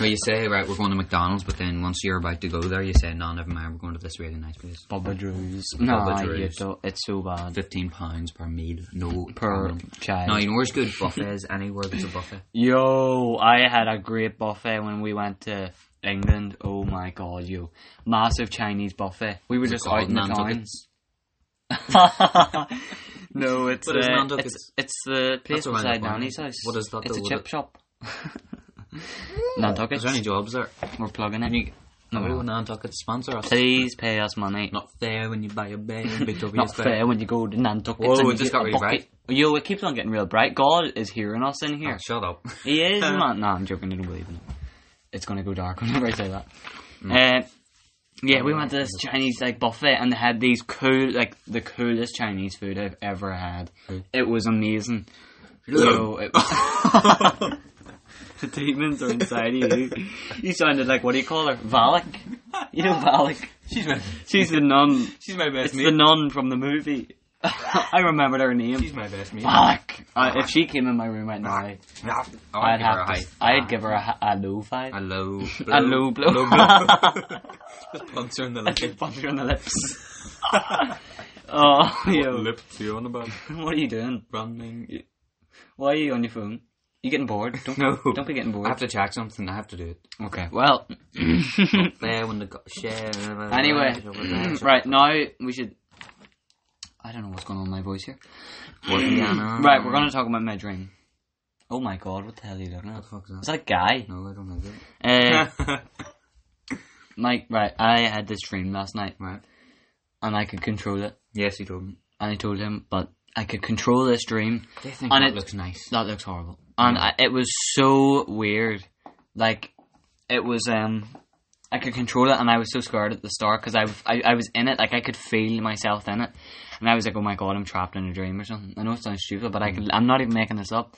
Speaker 1: Well, you say, right, we're going to McDonald's, but then once you're about to go there, you say, no, never mind, we're going to this really nice place.
Speaker 2: Bubba Drew's. No,
Speaker 1: Bubba
Speaker 2: I
Speaker 1: Drew's.
Speaker 2: hate that. It's so bad.
Speaker 1: Fifteen pounds per meal, no
Speaker 2: Per
Speaker 1: problem.
Speaker 2: child.
Speaker 1: No, you know where's good buffets? Anywhere that's a buffet.
Speaker 2: Yo, I had a great buffet when we went to England. Oh my god, you massive Chinese buffet. We were just out
Speaker 1: called
Speaker 2: in the
Speaker 1: Nantuckets?
Speaker 2: town. no, it's
Speaker 1: What is
Speaker 2: uh,
Speaker 1: Nantuckets?
Speaker 2: it's it's the place
Speaker 1: That's around the
Speaker 2: beside
Speaker 1: corner.
Speaker 2: Nanny's house.
Speaker 1: What is that
Speaker 2: It's a
Speaker 1: though,
Speaker 2: chip
Speaker 1: that-
Speaker 2: shop. Nantuckets.
Speaker 1: Is there any jobs there?
Speaker 2: We're plugging it.
Speaker 1: No,
Speaker 2: No,
Speaker 1: no.
Speaker 2: we're
Speaker 1: Nantucket sponsor us.
Speaker 2: Please pay us money.
Speaker 1: Not fair when you buy a bear in Victoria
Speaker 2: Not
Speaker 1: Square.
Speaker 2: fair when you go to Nantucket.
Speaker 1: Whoa,
Speaker 2: and
Speaker 1: it
Speaker 2: you
Speaker 1: just
Speaker 2: get
Speaker 1: got
Speaker 2: a
Speaker 1: really
Speaker 2: bucket.
Speaker 1: bright.
Speaker 2: Yo, it keeps on getting real bright. God is hearing us in
Speaker 1: Oh,
Speaker 2: here.
Speaker 1: shut up.
Speaker 2: He is not. No, I'm joking. I don't believe in it. It's gonna go dark whenever I say that. Uh, yeah, we went to this Chinese like buffet and they had these cool, like the coolest Chinese food I've ever had. It was amazing. So it was- the demons are inside you. You sounded like what do you call her? Valak. You know Valak.
Speaker 1: She's my,
Speaker 2: She's the nun.
Speaker 1: she's my best
Speaker 2: It's the nun from the movie. I remembered her name.
Speaker 1: my best mate.
Speaker 2: Valak. Uh, if she came in my room right now,
Speaker 1: Oh, I'd
Speaker 2: I'd
Speaker 1: give her a
Speaker 2: have to.
Speaker 1: high.
Speaker 2: I'd give her a, ha- a low five.
Speaker 1: A low blow.
Speaker 2: A low blow.
Speaker 1: Low blow. Just punch her in the lip.
Speaker 2: Bump her on the lips. oh, yo,
Speaker 1: Lip, are you on about?
Speaker 2: what are you doing?
Speaker 1: Running.
Speaker 2: Why are you on your phone? You getting bored? Don't,
Speaker 1: No.
Speaker 2: don't be getting
Speaker 1: I
Speaker 2: bored.
Speaker 1: have to check something. I have to do it.
Speaker 2: Okay. Well,
Speaker 1: There when they got share.
Speaker 2: anyway, right now we should. I don't know what's going on with my voice here. Right, we're going to talk about my dream. Oh my god, what the hell are you looking at?
Speaker 1: fuck's
Speaker 2: Is that guy?
Speaker 1: No, I don't know that.
Speaker 2: Uh, Mike, right, I had this dream last night
Speaker 1: right.
Speaker 2: and I could control it.
Speaker 1: Yes, you told me.
Speaker 2: And I told him, but I could control this dream.
Speaker 1: They think
Speaker 2: And
Speaker 1: that
Speaker 2: it-
Speaker 1: looks nice.
Speaker 2: That looks horrible. And I, it was so weird. Like, it was, um, I could control it and I was so scared at the start because I, I, I was in it. Like, I could feel myself in it. And I was like, oh my god, I'm trapped in a dream or something. I know it sounds stupid, but I could, I'm not even making this up.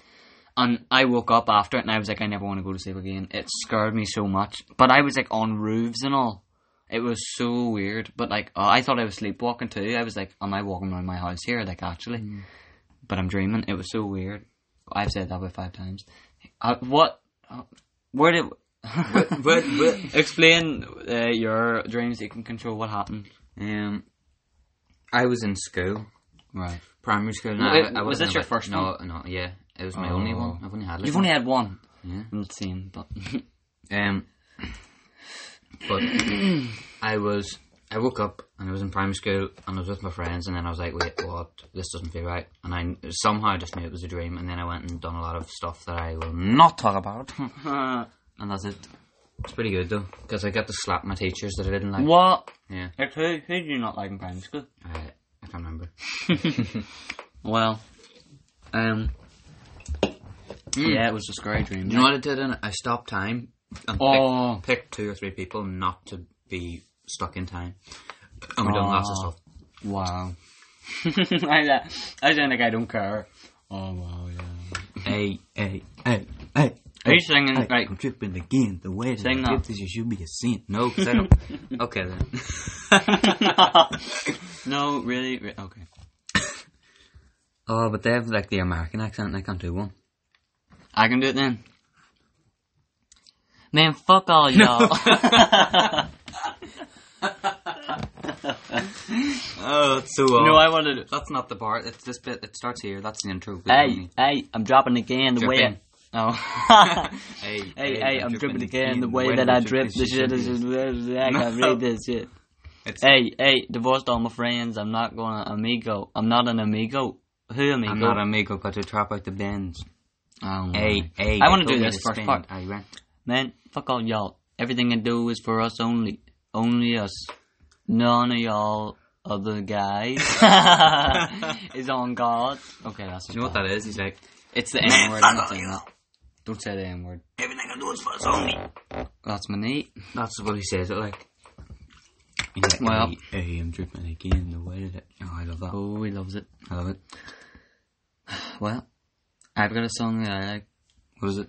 Speaker 2: And I woke up after it and I was like, I never want to go to sleep again. It scared me so much. But I was like on roofs and all. It was so weird. But like, uh, I thought I was sleepwalking too. I was like, am I walking around my house here? Like, actually. But I'm dreaming. It was so weird. I've said that about five times. Uh, what? Uh, where did.
Speaker 1: But, but,
Speaker 2: Explain uh, your dreams that you can control. What happened?
Speaker 1: um, I was in school,
Speaker 2: Right.
Speaker 1: primary school. and
Speaker 2: No,
Speaker 1: I-
Speaker 2: it-
Speaker 1: I
Speaker 2: was
Speaker 1: wasn't
Speaker 2: this your
Speaker 1: a bit-
Speaker 2: first
Speaker 1: no, No, yeah. It was my only one. I've only had like
Speaker 2: You've only had one.
Speaker 1: Yeah.
Speaker 2: I'm not saying, but.
Speaker 1: Um, but I was, I woke up and I was in primary school and I was with my friends and then I was like, wait, what? This doesn't feel right. And I somehow just knew it was a dream. And then I went and done a lot of stuff that I will not talk about. and that's it. It's pretty good though because I got to slap my teachers that I didn't like.
Speaker 2: what?
Speaker 1: Yeah,
Speaker 2: Like, who, who do you not like in primary school?
Speaker 1: I, I can't remember.
Speaker 2: Well, um. Yeah, it was a scary dream.
Speaker 1: You know what I did? In it? I stopped time and
Speaker 2: Oh.
Speaker 1: picked, picked two or three people not to be stuck in time. And we done lots of
Speaker 2: Oh.
Speaker 1: stuff.
Speaker 2: Wow. I, I sound like I don't care. Oh, wow, yeah.
Speaker 1: Hey, hey, hey, hey.
Speaker 2: Are you singing? Right.
Speaker 1: tripping again. The way
Speaker 2: Sing that. gift
Speaker 1: is you should be a sin. No, 'cause I don't. okay then.
Speaker 2: no, really? re- Okay.
Speaker 1: Oh, but they have like the American accent. and I can't do one.
Speaker 2: I can do it then. Man, fuck all y'all.
Speaker 1: Oh, that's so
Speaker 2: no, I wanted to.
Speaker 1: That's not the part. It's this bit. It starts here. That's the intro.
Speaker 2: Hey, hey, I'm dropping again the way.
Speaker 1: Dripping.
Speaker 2: I, oh.
Speaker 1: hey,
Speaker 2: hey, hey, I'm dripping again the way
Speaker 1: When
Speaker 2: that
Speaker 1: you
Speaker 2: I
Speaker 1: drip,
Speaker 2: drip.
Speaker 1: this
Speaker 2: The
Speaker 1: is
Speaker 2: shit is
Speaker 1: serious.
Speaker 2: I can't
Speaker 1: No.
Speaker 2: read this shit.
Speaker 1: It's-
Speaker 2: Hey, hey, divorced all my friends. I'm not going to amigo. I'm not an amigo. Who amigo?
Speaker 1: I'm not amigo. Got to trap out the bends.
Speaker 2: Oh, my.
Speaker 1: Hey, hey.
Speaker 2: I wanna
Speaker 1: told
Speaker 2: do
Speaker 1: you
Speaker 2: this first
Speaker 1: spin.
Speaker 2: part.
Speaker 1: I went.
Speaker 2: Man, fuck all y'all. Everything I do is for us only. Only us. None of y'all other guys is on God. Okay, that's
Speaker 1: You know what that is? He's like,
Speaker 2: It's the N word. I'm not saying that. Don't say the N word.
Speaker 1: everything I do is for us only.
Speaker 2: That's my neat.
Speaker 1: That's what he says. It like. He's like,
Speaker 2: Well-
Speaker 1: hey, hey, I'm dripping again. The way that. Oh, I love that.
Speaker 2: Oh, he loves it.
Speaker 1: I love it.
Speaker 2: Well, I've got a song that I like.
Speaker 1: What is it?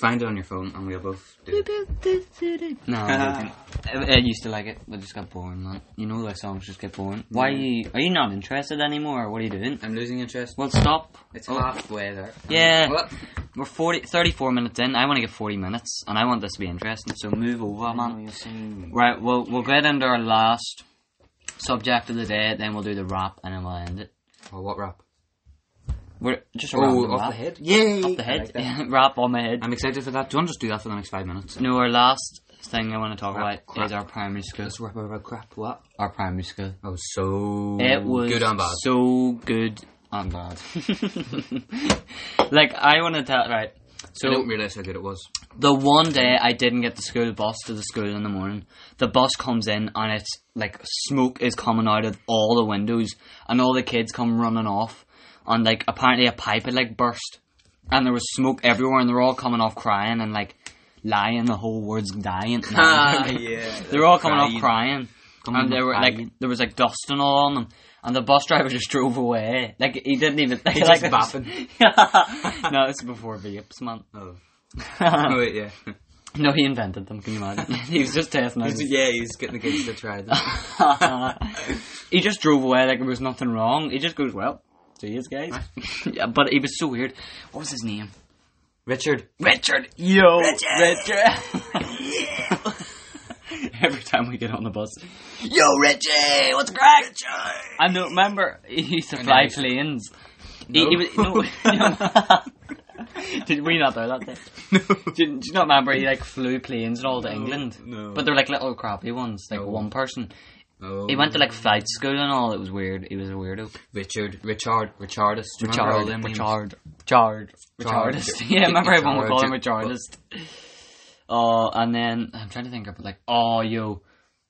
Speaker 1: Find it on your phone, and we'll both do it.
Speaker 2: No, I, I used to like it, but just got boring. Like, you know, like songs just get boring. Why are you? Are you not interested anymore? What are you doing?
Speaker 1: I'm losing interest.
Speaker 2: Well, stop.
Speaker 1: It's
Speaker 2: Oh.
Speaker 1: halfway there.
Speaker 2: Yeah.
Speaker 1: What?
Speaker 2: We're 40, 34 minutes in. I want to get 40 minutes, and I want this to be interesting, so move over, man. Right, well, we'll get into our last subject of the day, then we'll do the rap, and then we'll end it.
Speaker 1: Oh, what rap?
Speaker 2: We're just around
Speaker 1: Oh,
Speaker 2: the
Speaker 1: off
Speaker 2: wrap.
Speaker 1: the head. Yay!
Speaker 2: The head.
Speaker 1: Like that.
Speaker 2: wrap on my head.
Speaker 1: I'm excited for that. Do you want to just do that for the next five minutes?
Speaker 2: No, our last thing I want to talk
Speaker 1: Crap,
Speaker 2: about
Speaker 1: crap.
Speaker 2: is our primary school.
Speaker 1: Let's wrap over crap. What?
Speaker 2: Our primary school.
Speaker 1: Oh, so
Speaker 2: It was
Speaker 1: good and bad.
Speaker 2: so good and bad. like I want to tell right.
Speaker 1: I
Speaker 2: So
Speaker 1: didn't realize how good it was.
Speaker 2: the one day I didn't get the school bus to the school in the morning, the bus comes in and it's like smoke is coming out of all the windows and all the kids come running off and like apparently a pipe had like burst and there was smoke everywhere and they're all coming off crying and like lying the whole words dying.
Speaker 1: Ah, yeah.
Speaker 2: They're all coming
Speaker 1: Crying.
Speaker 2: off crying.
Speaker 1: Coming
Speaker 2: and they
Speaker 1: off
Speaker 2: were
Speaker 1: crying.
Speaker 2: like there was like dust and all on them. And the bus driver just drove away. Like he didn't even
Speaker 1: He's
Speaker 2: like
Speaker 1: just bapping.
Speaker 2: no, this is before vapes, man.
Speaker 1: Oh. oh, wait, yeah.
Speaker 2: no, he invented them, can you imagine? he was just testing out. his-
Speaker 1: yeah, he's getting the kids to try that.
Speaker 2: he just drove away like there was nothing wrong. He just goes, Well, see you guys. yeah, but he was so weird. What was his name?
Speaker 1: Richard.
Speaker 2: Richard. Yo, Richard. Every time we get on the bus,
Speaker 1: Yo, Richie! What's crack? Richard!
Speaker 2: I know. Remember, he used to
Speaker 1: know,
Speaker 2: fly
Speaker 1: he's-
Speaker 2: planes. He- he
Speaker 1: No.
Speaker 2: was- no. Did we not know that day? Do you, do you not remember he like flew planes and all to England?
Speaker 1: no.
Speaker 2: But they're like little crappy ones, like one person.
Speaker 1: Oh.
Speaker 2: He went to like flight school and all. It was weird. He was a weirdo.
Speaker 1: Richard. Richard. Richardus. Do you remember all
Speaker 2: Richard.
Speaker 1: them names?
Speaker 2: Richard. Richard.
Speaker 1: Richard.
Speaker 2: Richardist. Yeah, remember everyone would call him
Speaker 1: Richard.
Speaker 2: Richardist. Oh, and then I'm trying to think of like, oh, yo,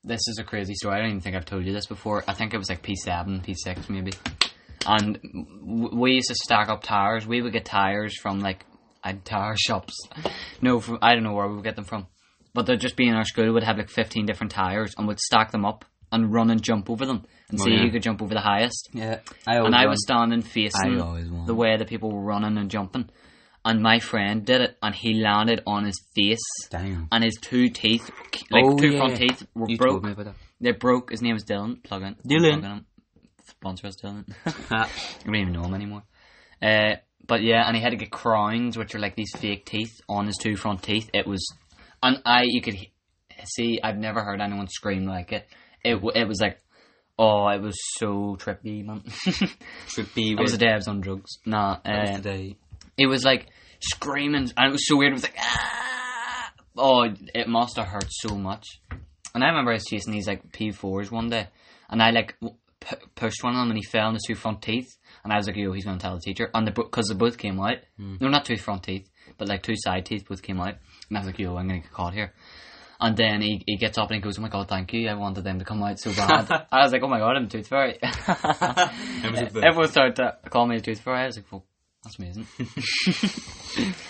Speaker 2: this is a crazy story. I don't even think I've told you this before. I think it was like P7, P6 maybe. And w- we used to stack up tires. We would get tires from like uh, tire shops. No, from I don't know where we would get them from. But they'd just be in our school. We'd have like 15 different tires and would stack them up and run and jump over them and
Speaker 1: Oh,
Speaker 2: see
Speaker 1: yeah.
Speaker 2: who could jump over the highest
Speaker 3: Yeah. I always
Speaker 2: and I
Speaker 3: run.
Speaker 2: was standing
Speaker 3: I always
Speaker 2: facing
Speaker 3: won.
Speaker 2: the way the people were running and jumping, and my friend did it, and he landed on his face,
Speaker 3: Damn.
Speaker 2: and his two teeth, like
Speaker 3: Oh,
Speaker 2: two
Speaker 3: yeah.
Speaker 2: front teeth, were
Speaker 3: You
Speaker 2: broke.
Speaker 3: told me about that.
Speaker 2: They broke. His name was Dylan. Plug in.
Speaker 3: Dylan.
Speaker 2: Plug in him. Sponsor us, Dylan. I don't even know him anymore. Uh, but yeah, and he had to get crowns, which are like these fake teeth on his two front teeth. It was, and I you could he- see. I've never heard anyone scream like it. It w- it was like. Oh, it was so trippy, man.
Speaker 1: Should be
Speaker 2: It was the
Speaker 1: with
Speaker 2: day I was on drugs. Nah, uh,
Speaker 1: today.
Speaker 2: it was like screaming, and it was so weird. It was like, ah! oh, it must have hurt so much. And I remember I was chasing these like P4s one day, and I like w- p- pushed one of them, and he fell on his two front teeth. And I was like, yo, he's gonna tell the teacher. And the because they both came out, no, not two front teeth, but like two side teeth both came out. And I was like, yo, I'm gonna get caught here. And then he, he gets up and he goes, oh my god, thank you. I wanted them to come out so bad. I was like, oh my god, I'm tooth fairy. Everyone started to call me a tooth fairy. I was like, well, that's amazing.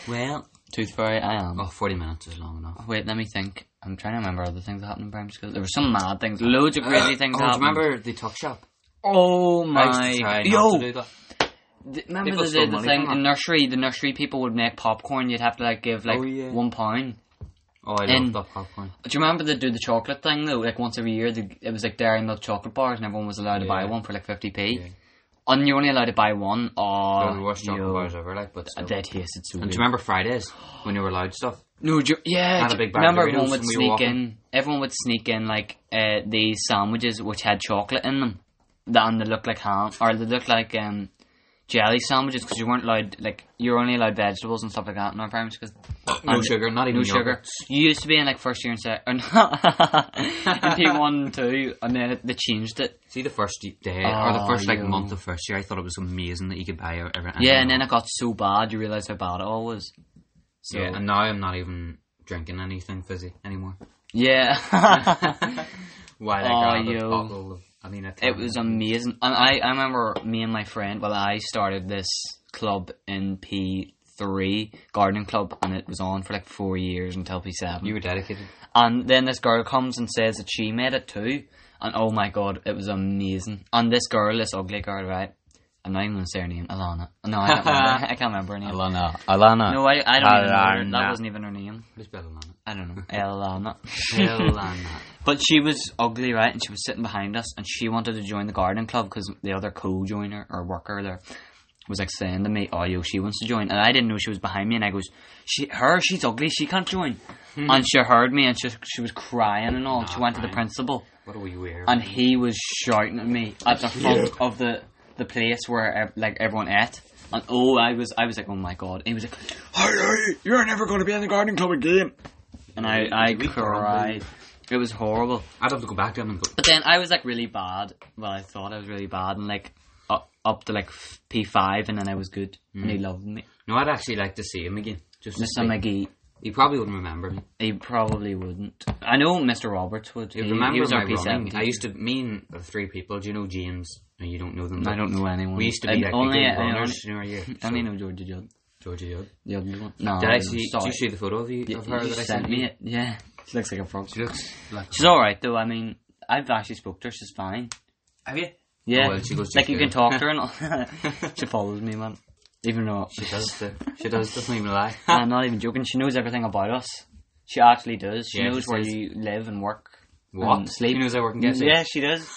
Speaker 1: Well,
Speaker 2: Tooth fairy, I am.
Speaker 1: oh, 40 minutes is long enough.
Speaker 2: Wait, let me think. I'm trying to remember other things that happened in primary school. There were some mad things, loads of crazy things
Speaker 1: Oh, do you
Speaker 2: happened.
Speaker 1: remember the talk shop?
Speaker 2: Oh
Speaker 1: I
Speaker 2: my!
Speaker 1: used to try not
Speaker 2: Yo,
Speaker 1: to do that.
Speaker 2: th- remember
Speaker 1: People
Speaker 2: the,
Speaker 1: stole
Speaker 2: the
Speaker 1: money
Speaker 2: thing
Speaker 1: from
Speaker 2: in
Speaker 1: us.
Speaker 2: nursery? The nursery people would make popcorn. You'd have to like give like
Speaker 1: Oh, yeah.
Speaker 2: one pound.
Speaker 1: Oh, I
Speaker 2: And-
Speaker 1: love that popcorn.
Speaker 2: Do you remember they do the chocolate thing though? Like once every year, they, it was like dairy milk chocolate bars, and everyone was allowed to buy
Speaker 1: Yeah.
Speaker 2: one for like fifty p.
Speaker 1: Yeah.
Speaker 2: And you're only allowed to buy one. Oh,
Speaker 1: One of the worst chocolate
Speaker 2: yo.
Speaker 1: bars ever, like, but still.
Speaker 2: That tasted so
Speaker 1: And
Speaker 2: good.
Speaker 1: do you remember Fridays when you were allowed stuff?
Speaker 2: No, do you- yeah.
Speaker 1: Had a
Speaker 2: do-
Speaker 1: big bag of
Speaker 2: remember, everyone
Speaker 1: Doritos and
Speaker 2: would
Speaker 1: we were
Speaker 2: sneak
Speaker 1: walking.
Speaker 2: in. Everyone would sneak in like uh, these sandwiches which had chocolate in them, that and they looked like ham or they looked like um, jelly sandwiches because you weren't allowed like you were only allowed vegetables and stuff like that in our primary school.
Speaker 1: No
Speaker 2: And-
Speaker 1: sugar, not even
Speaker 2: No sugar.
Speaker 1: yogurts.
Speaker 2: You used to be in like first year and sec, or not, in P one and two, and then it, they changed it.
Speaker 1: See the first day or the
Speaker 2: Oh,
Speaker 1: first like
Speaker 2: yeah.
Speaker 1: month of first year, I thought it was amazing that you could buy e- everything.
Speaker 2: Yeah, and then it got so bad you realised how bad it all was. So,
Speaker 1: yeah, and now I'm not even drinking anything fizzy anymore.
Speaker 2: yeah.
Speaker 1: Why like
Speaker 2: Oh,
Speaker 1: I grab
Speaker 2: yo.
Speaker 1: a bottle of I mean a
Speaker 2: It was amazing. And I, I remember me and my friend, well, I started this club in P3, gardening club, and it was on for like four years until P7.
Speaker 1: you were dedicated.
Speaker 2: and then this girl comes and says that she made it too. And oh my god, it was amazing. And this girl, this ugly girl, right? I'm not even going to say her name, Alana. No, I can't remember, I can't remember her name.
Speaker 3: Alana. Alana.
Speaker 2: No, I, I don't even know her.
Speaker 3: Alana.
Speaker 2: That wasn't even her name.
Speaker 1: Who's better than
Speaker 2: I don't know. Alana.
Speaker 1: Elana.
Speaker 2: But she was ugly, right? And she was sitting behind us, and she wanted to join the garden club because the other co-joiner or worker there was like saying to me, "Oh, yo, she wants to join," and I didn't know she was behind me, and I goes, "She, her, she's ugly, she can't join." And she heard me, and she she was crying and all. she went to the
Speaker 1: crying.
Speaker 2: principal,
Speaker 1: what are we wearing?
Speaker 2: and he was shouting at me at the front of the the place where ev- like everyone ate. And oh, I was, I was like, oh my god. And he was like, hey, hey, you're never going to be in the gardening club again. And I, I
Speaker 1: We
Speaker 2: cried. It was horrible.
Speaker 1: I'd have to go back to him and go.
Speaker 2: But then I was like really bad. Well, I thought I was really bad, and like up, up to like P five, and then I was good, and
Speaker 1: Mm.
Speaker 2: he loved me.
Speaker 1: No, I'd actually like to see him again. Just to
Speaker 2: Mr.
Speaker 1: see.
Speaker 2: McGee,
Speaker 1: He probably wouldn't remember me.
Speaker 2: he probably wouldn't. I know Mr. Roberts would.
Speaker 1: He
Speaker 2: He,
Speaker 1: would
Speaker 2: he
Speaker 1: remember
Speaker 2: was
Speaker 1: my
Speaker 2: our P
Speaker 1: running.
Speaker 2: seven.
Speaker 1: I used to mean the three people. Do you know James? No, you don't know them.
Speaker 2: I don't know anyone.
Speaker 1: We used to
Speaker 2: I-
Speaker 1: be like
Speaker 2: only,
Speaker 1: only
Speaker 2: I- I
Speaker 1: runners.
Speaker 2: only-
Speaker 1: You know, you.
Speaker 2: I only know Georgia Judd.
Speaker 1: Georgia. Yod.
Speaker 2: The other one. No,
Speaker 1: Did
Speaker 2: no,
Speaker 1: I see?
Speaker 2: sorry.
Speaker 1: Did you see the photo of you
Speaker 2: You-
Speaker 1: of her
Speaker 2: you
Speaker 1: that I
Speaker 2: sent
Speaker 1: sent
Speaker 2: me
Speaker 1: you?
Speaker 2: it? Yeah, she looks like a frog.
Speaker 1: She looks like.
Speaker 2: She's all right though. I mean, I've actually spoke to her. She's fine.
Speaker 1: Have you?
Speaker 2: Yeah,
Speaker 1: Oh, well, she goes to
Speaker 2: like you can
Speaker 1: school.
Speaker 2: talk to her and all. she follows me, man. Even though
Speaker 1: She does. The, she does. Doesn't even lie.
Speaker 2: I'm not even joking. She knows everything about us. She actually does. She
Speaker 1: Yeah,
Speaker 2: knows
Speaker 1: she
Speaker 2: where
Speaker 1: says-
Speaker 2: you live and work.
Speaker 1: What?
Speaker 2: And sleep.
Speaker 1: She knows I work in KFC.
Speaker 2: Yeah, she does.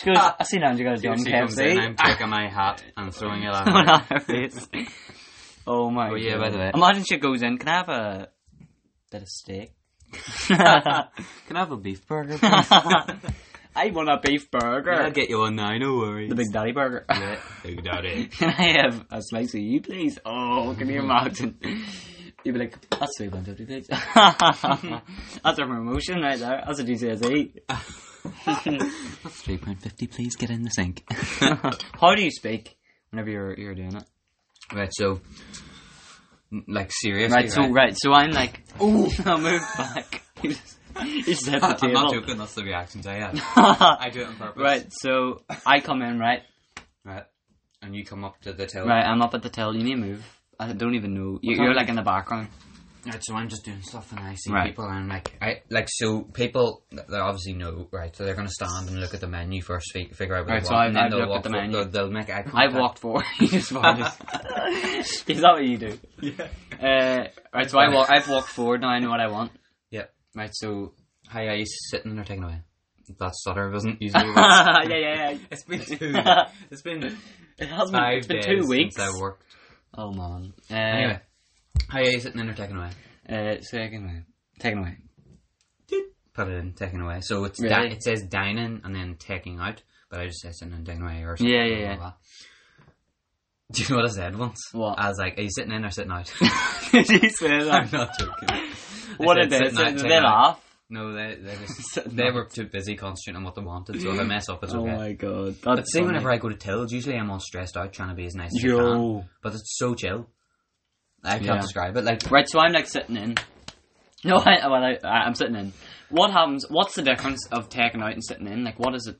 Speaker 2: She goes, I see now you got a job in
Speaker 1: She comes in, I'm
Speaker 2: KFC.
Speaker 1: taking my hat and throwing it at
Speaker 2: On
Speaker 1: her.
Speaker 2: her face. Oh my
Speaker 1: Oh, yeah,
Speaker 2: God.
Speaker 1: by the way.
Speaker 2: Imagine she goes in, can I have a bit of steak? I
Speaker 1: Can I have a beef burger?
Speaker 2: want a beef burger.
Speaker 1: I'll get you one now. No worries.
Speaker 2: the Big Daddy burger.
Speaker 1: Yeah, big daddy.
Speaker 2: Can I have a slice of you, please? Oh, can you imagine? You'd be like, that's 350, please. that's a promotion right there. That's a GCSE.
Speaker 3: Three pound fifty, please get in the sink.
Speaker 2: How do you speak whenever you're you're doing it?
Speaker 1: Right, so n- like seriously,
Speaker 2: Right, so right, so I'm like, oh, I'll move back. You just, you just hit the
Speaker 1: I'm
Speaker 2: table.
Speaker 1: not joking. That's the reactions I have. I do it on purpose.
Speaker 2: right, so I come in, right,
Speaker 1: right. And you come up to the till.
Speaker 2: right. I'm up at the till. You need to move. I don't even know. You, you're like in the background.
Speaker 1: Right, so I'm just doing stuff, and I see
Speaker 2: Right.
Speaker 1: people, and I'm like, I like so people. They obviously know, right? So they're gonna stand and look at the menu first, fi- figure out what
Speaker 2: Right,
Speaker 1: they
Speaker 2: so
Speaker 1: want,
Speaker 2: I've-
Speaker 1: and then
Speaker 2: I've
Speaker 1: they'll
Speaker 2: looked
Speaker 1: walk.
Speaker 2: at the
Speaker 1: for-
Speaker 2: menu.
Speaker 1: They'll, they'll make eye
Speaker 2: I
Speaker 1: contact.
Speaker 2: walked forward. you just walked. Is that what you do? Yeah. Uh, right, so I walk. I've walked forward. Now I know what I want.
Speaker 1: Yep.
Speaker 2: Right, so
Speaker 1: Hi, are you sitting or taking away? That stutter wasn't usually.
Speaker 2: yeah, yeah, yeah.
Speaker 1: it's been two. It's been
Speaker 2: It has been,
Speaker 1: five
Speaker 2: it's been
Speaker 1: days
Speaker 2: two weeks.
Speaker 1: since I worked.
Speaker 2: Oh man. Uh,
Speaker 1: Anyway, hi, are you sitting in or taking away?
Speaker 2: uh, taken away. Taken away.
Speaker 1: put it in taking away. So it's
Speaker 2: Really?
Speaker 1: di- it says dining and then taking out, but I just said sitting and taking away or something.
Speaker 2: Yeah, yeah, yeah.
Speaker 1: like that. Do you know what I said once?
Speaker 2: What?
Speaker 1: I was like, "Are you sitting in or sitting out?"
Speaker 2: Did you say
Speaker 1: I'm
Speaker 2: that?
Speaker 1: not joking. I
Speaker 2: what
Speaker 1: said
Speaker 2: did they
Speaker 1: sitting
Speaker 2: say?
Speaker 1: out,
Speaker 2: Did
Speaker 1: taking
Speaker 2: they
Speaker 1: out.
Speaker 2: laugh?
Speaker 1: No, they they, just,
Speaker 2: Sitting
Speaker 1: they
Speaker 2: out.
Speaker 1: were too busy concentrating on what they wanted. So if I mess up, it's okay.
Speaker 2: Oh god.
Speaker 1: But see, whenever I go to Tills, usually I'm all stressed out trying to be as nice as I can.
Speaker 2: Yo.
Speaker 1: But it's so chill. I can't
Speaker 2: Yeah.
Speaker 1: describe it. Like
Speaker 2: Right, so I'm like sitting in. No, I, well, I, I- I'm sitting in. What happens? What's the difference of taking out and sitting in? Like, what is it?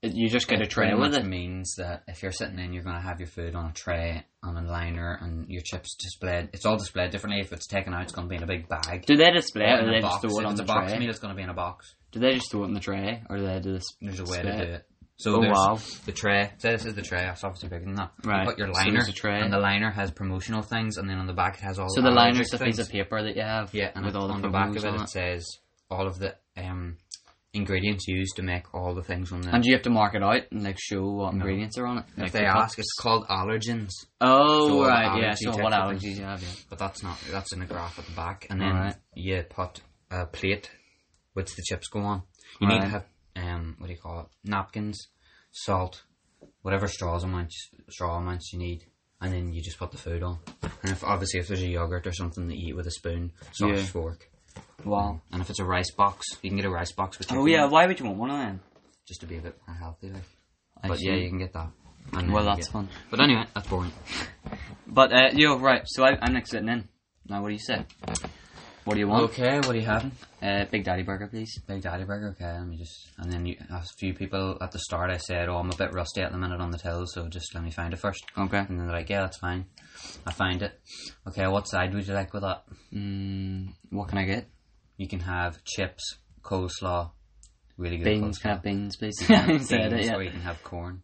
Speaker 2: it- You just get a tray
Speaker 1: pretty
Speaker 2: with
Speaker 1: much
Speaker 2: it.
Speaker 1: means that if you're sitting in, you're going to have your food on a tray, on a liner, and your chips displayed. It's all displayed differently. If it's taken out, it's going to be in a big bag.
Speaker 2: Do they display
Speaker 1: Or
Speaker 2: it,
Speaker 1: in
Speaker 2: or
Speaker 1: a
Speaker 2: they just
Speaker 1: box.
Speaker 2: throw it
Speaker 1: If
Speaker 2: on
Speaker 1: it's
Speaker 2: the
Speaker 1: a box
Speaker 2: tray?
Speaker 1: meal, it's going to be in a box.
Speaker 2: Do they just throw it in the tray, or do they do this?
Speaker 1: There's a way
Speaker 2: display
Speaker 1: to do it. So
Speaker 2: Oh,
Speaker 1: there's
Speaker 2: wow.
Speaker 1: the tray. So this is the tray. It's obviously bigger than that.
Speaker 2: Right.
Speaker 1: You put your
Speaker 2: So
Speaker 1: liner,
Speaker 2: there's a tray.
Speaker 1: and the liner has promotional things, and then on the back it has all.
Speaker 2: So the
Speaker 1: allergic
Speaker 2: liner's a piece
Speaker 1: things.
Speaker 2: of paper that you have
Speaker 1: Yeah, and
Speaker 2: with all the
Speaker 1: on the back
Speaker 2: promos
Speaker 1: of it,
Speaker 2: on
Speaker 1: it says all of the um, ingredients used to make all the things on the.
Speaker 2: And you have to mark it out and like show what ingredients are on it.
Speaker 1: if
Speaker 2: Like
Speaker 1: they
Speaker 2: the
Speaker 1: ask,
Speaker 2: cups.
Speaker 1: it's called allergens.
Speaker 2: Oh
Speaker 1: So what
Speaker 2: right, yeah.
Speaker 1: allergy
Speaker 2: So
Speaker 1: types
Speaker 2: what
Speaker 1: of things.
Speaker 2: allergies you have? Yeah.
Speaker 1: But that's not that's in a graph at the back, and then
Speaker 2: Alright.
Speaker 1: you put a plate which the chips go on. You need to
Speaker 2: Right.
Speaker 1: have um what do you call it? Napkins, salt, whatever straws amounts straw amounts you need, and then you just put the food on. And if obviously if there's a yogurt or something that you eat with a spoon, sausage
Speaker 2: Yeah.
Speaker 1: fork. Um,
Speaker 2: Wow.
Speaker 1: And if it's a rice box, you can get a rice box with
Speaker 2: Oh
Speaker 1: chicken in
Speaker 2: yeah.
Speaker 1: it,
Speaker 2: Why would you want one of them?
Speaker 1: just to be a bit more healthy. Like.
Speaker 2: I
Speaker 1: But yeah,
Speaker 2: see.
Speaker 1: you can get that. And then
Speaker 2: Well,
Speaker 1: you
Speaker 2: that's
Speaker 1: get-
Speaker 2: fun.
Speaker 1: But anyway, that's boring.
Speaker 2: But uh, yo, right. So I, I'm like sitting in. Now, what do you say? What do you want?
Speaker 1: Okay, what are you having?
Speaker 2: Uh, Big Daddy Burger, please.
Speaker 1: Big Daddy Burger, okay. Let me just. And then you, a few people at the start, I said, "Oh, I'm a bit rusty at the minute on the till, so just let me find it first.
Speaker 2: Okay.
Speaker 1: And then they're like, "Yeah, that's fine." I find it. Okay, what side would you like with that?
Speaker 2: Mm, what can I get?
Speaker 1: You can have chips, coleslaw, really good
Speaker 2: Beans.
Speaker 1: coleslaw.
Speaker 2: Can I have beans, please? I said it.
Speaker 1: Beans, Or
Speaker 2: Yeah.
Speaker 1: you can have corn.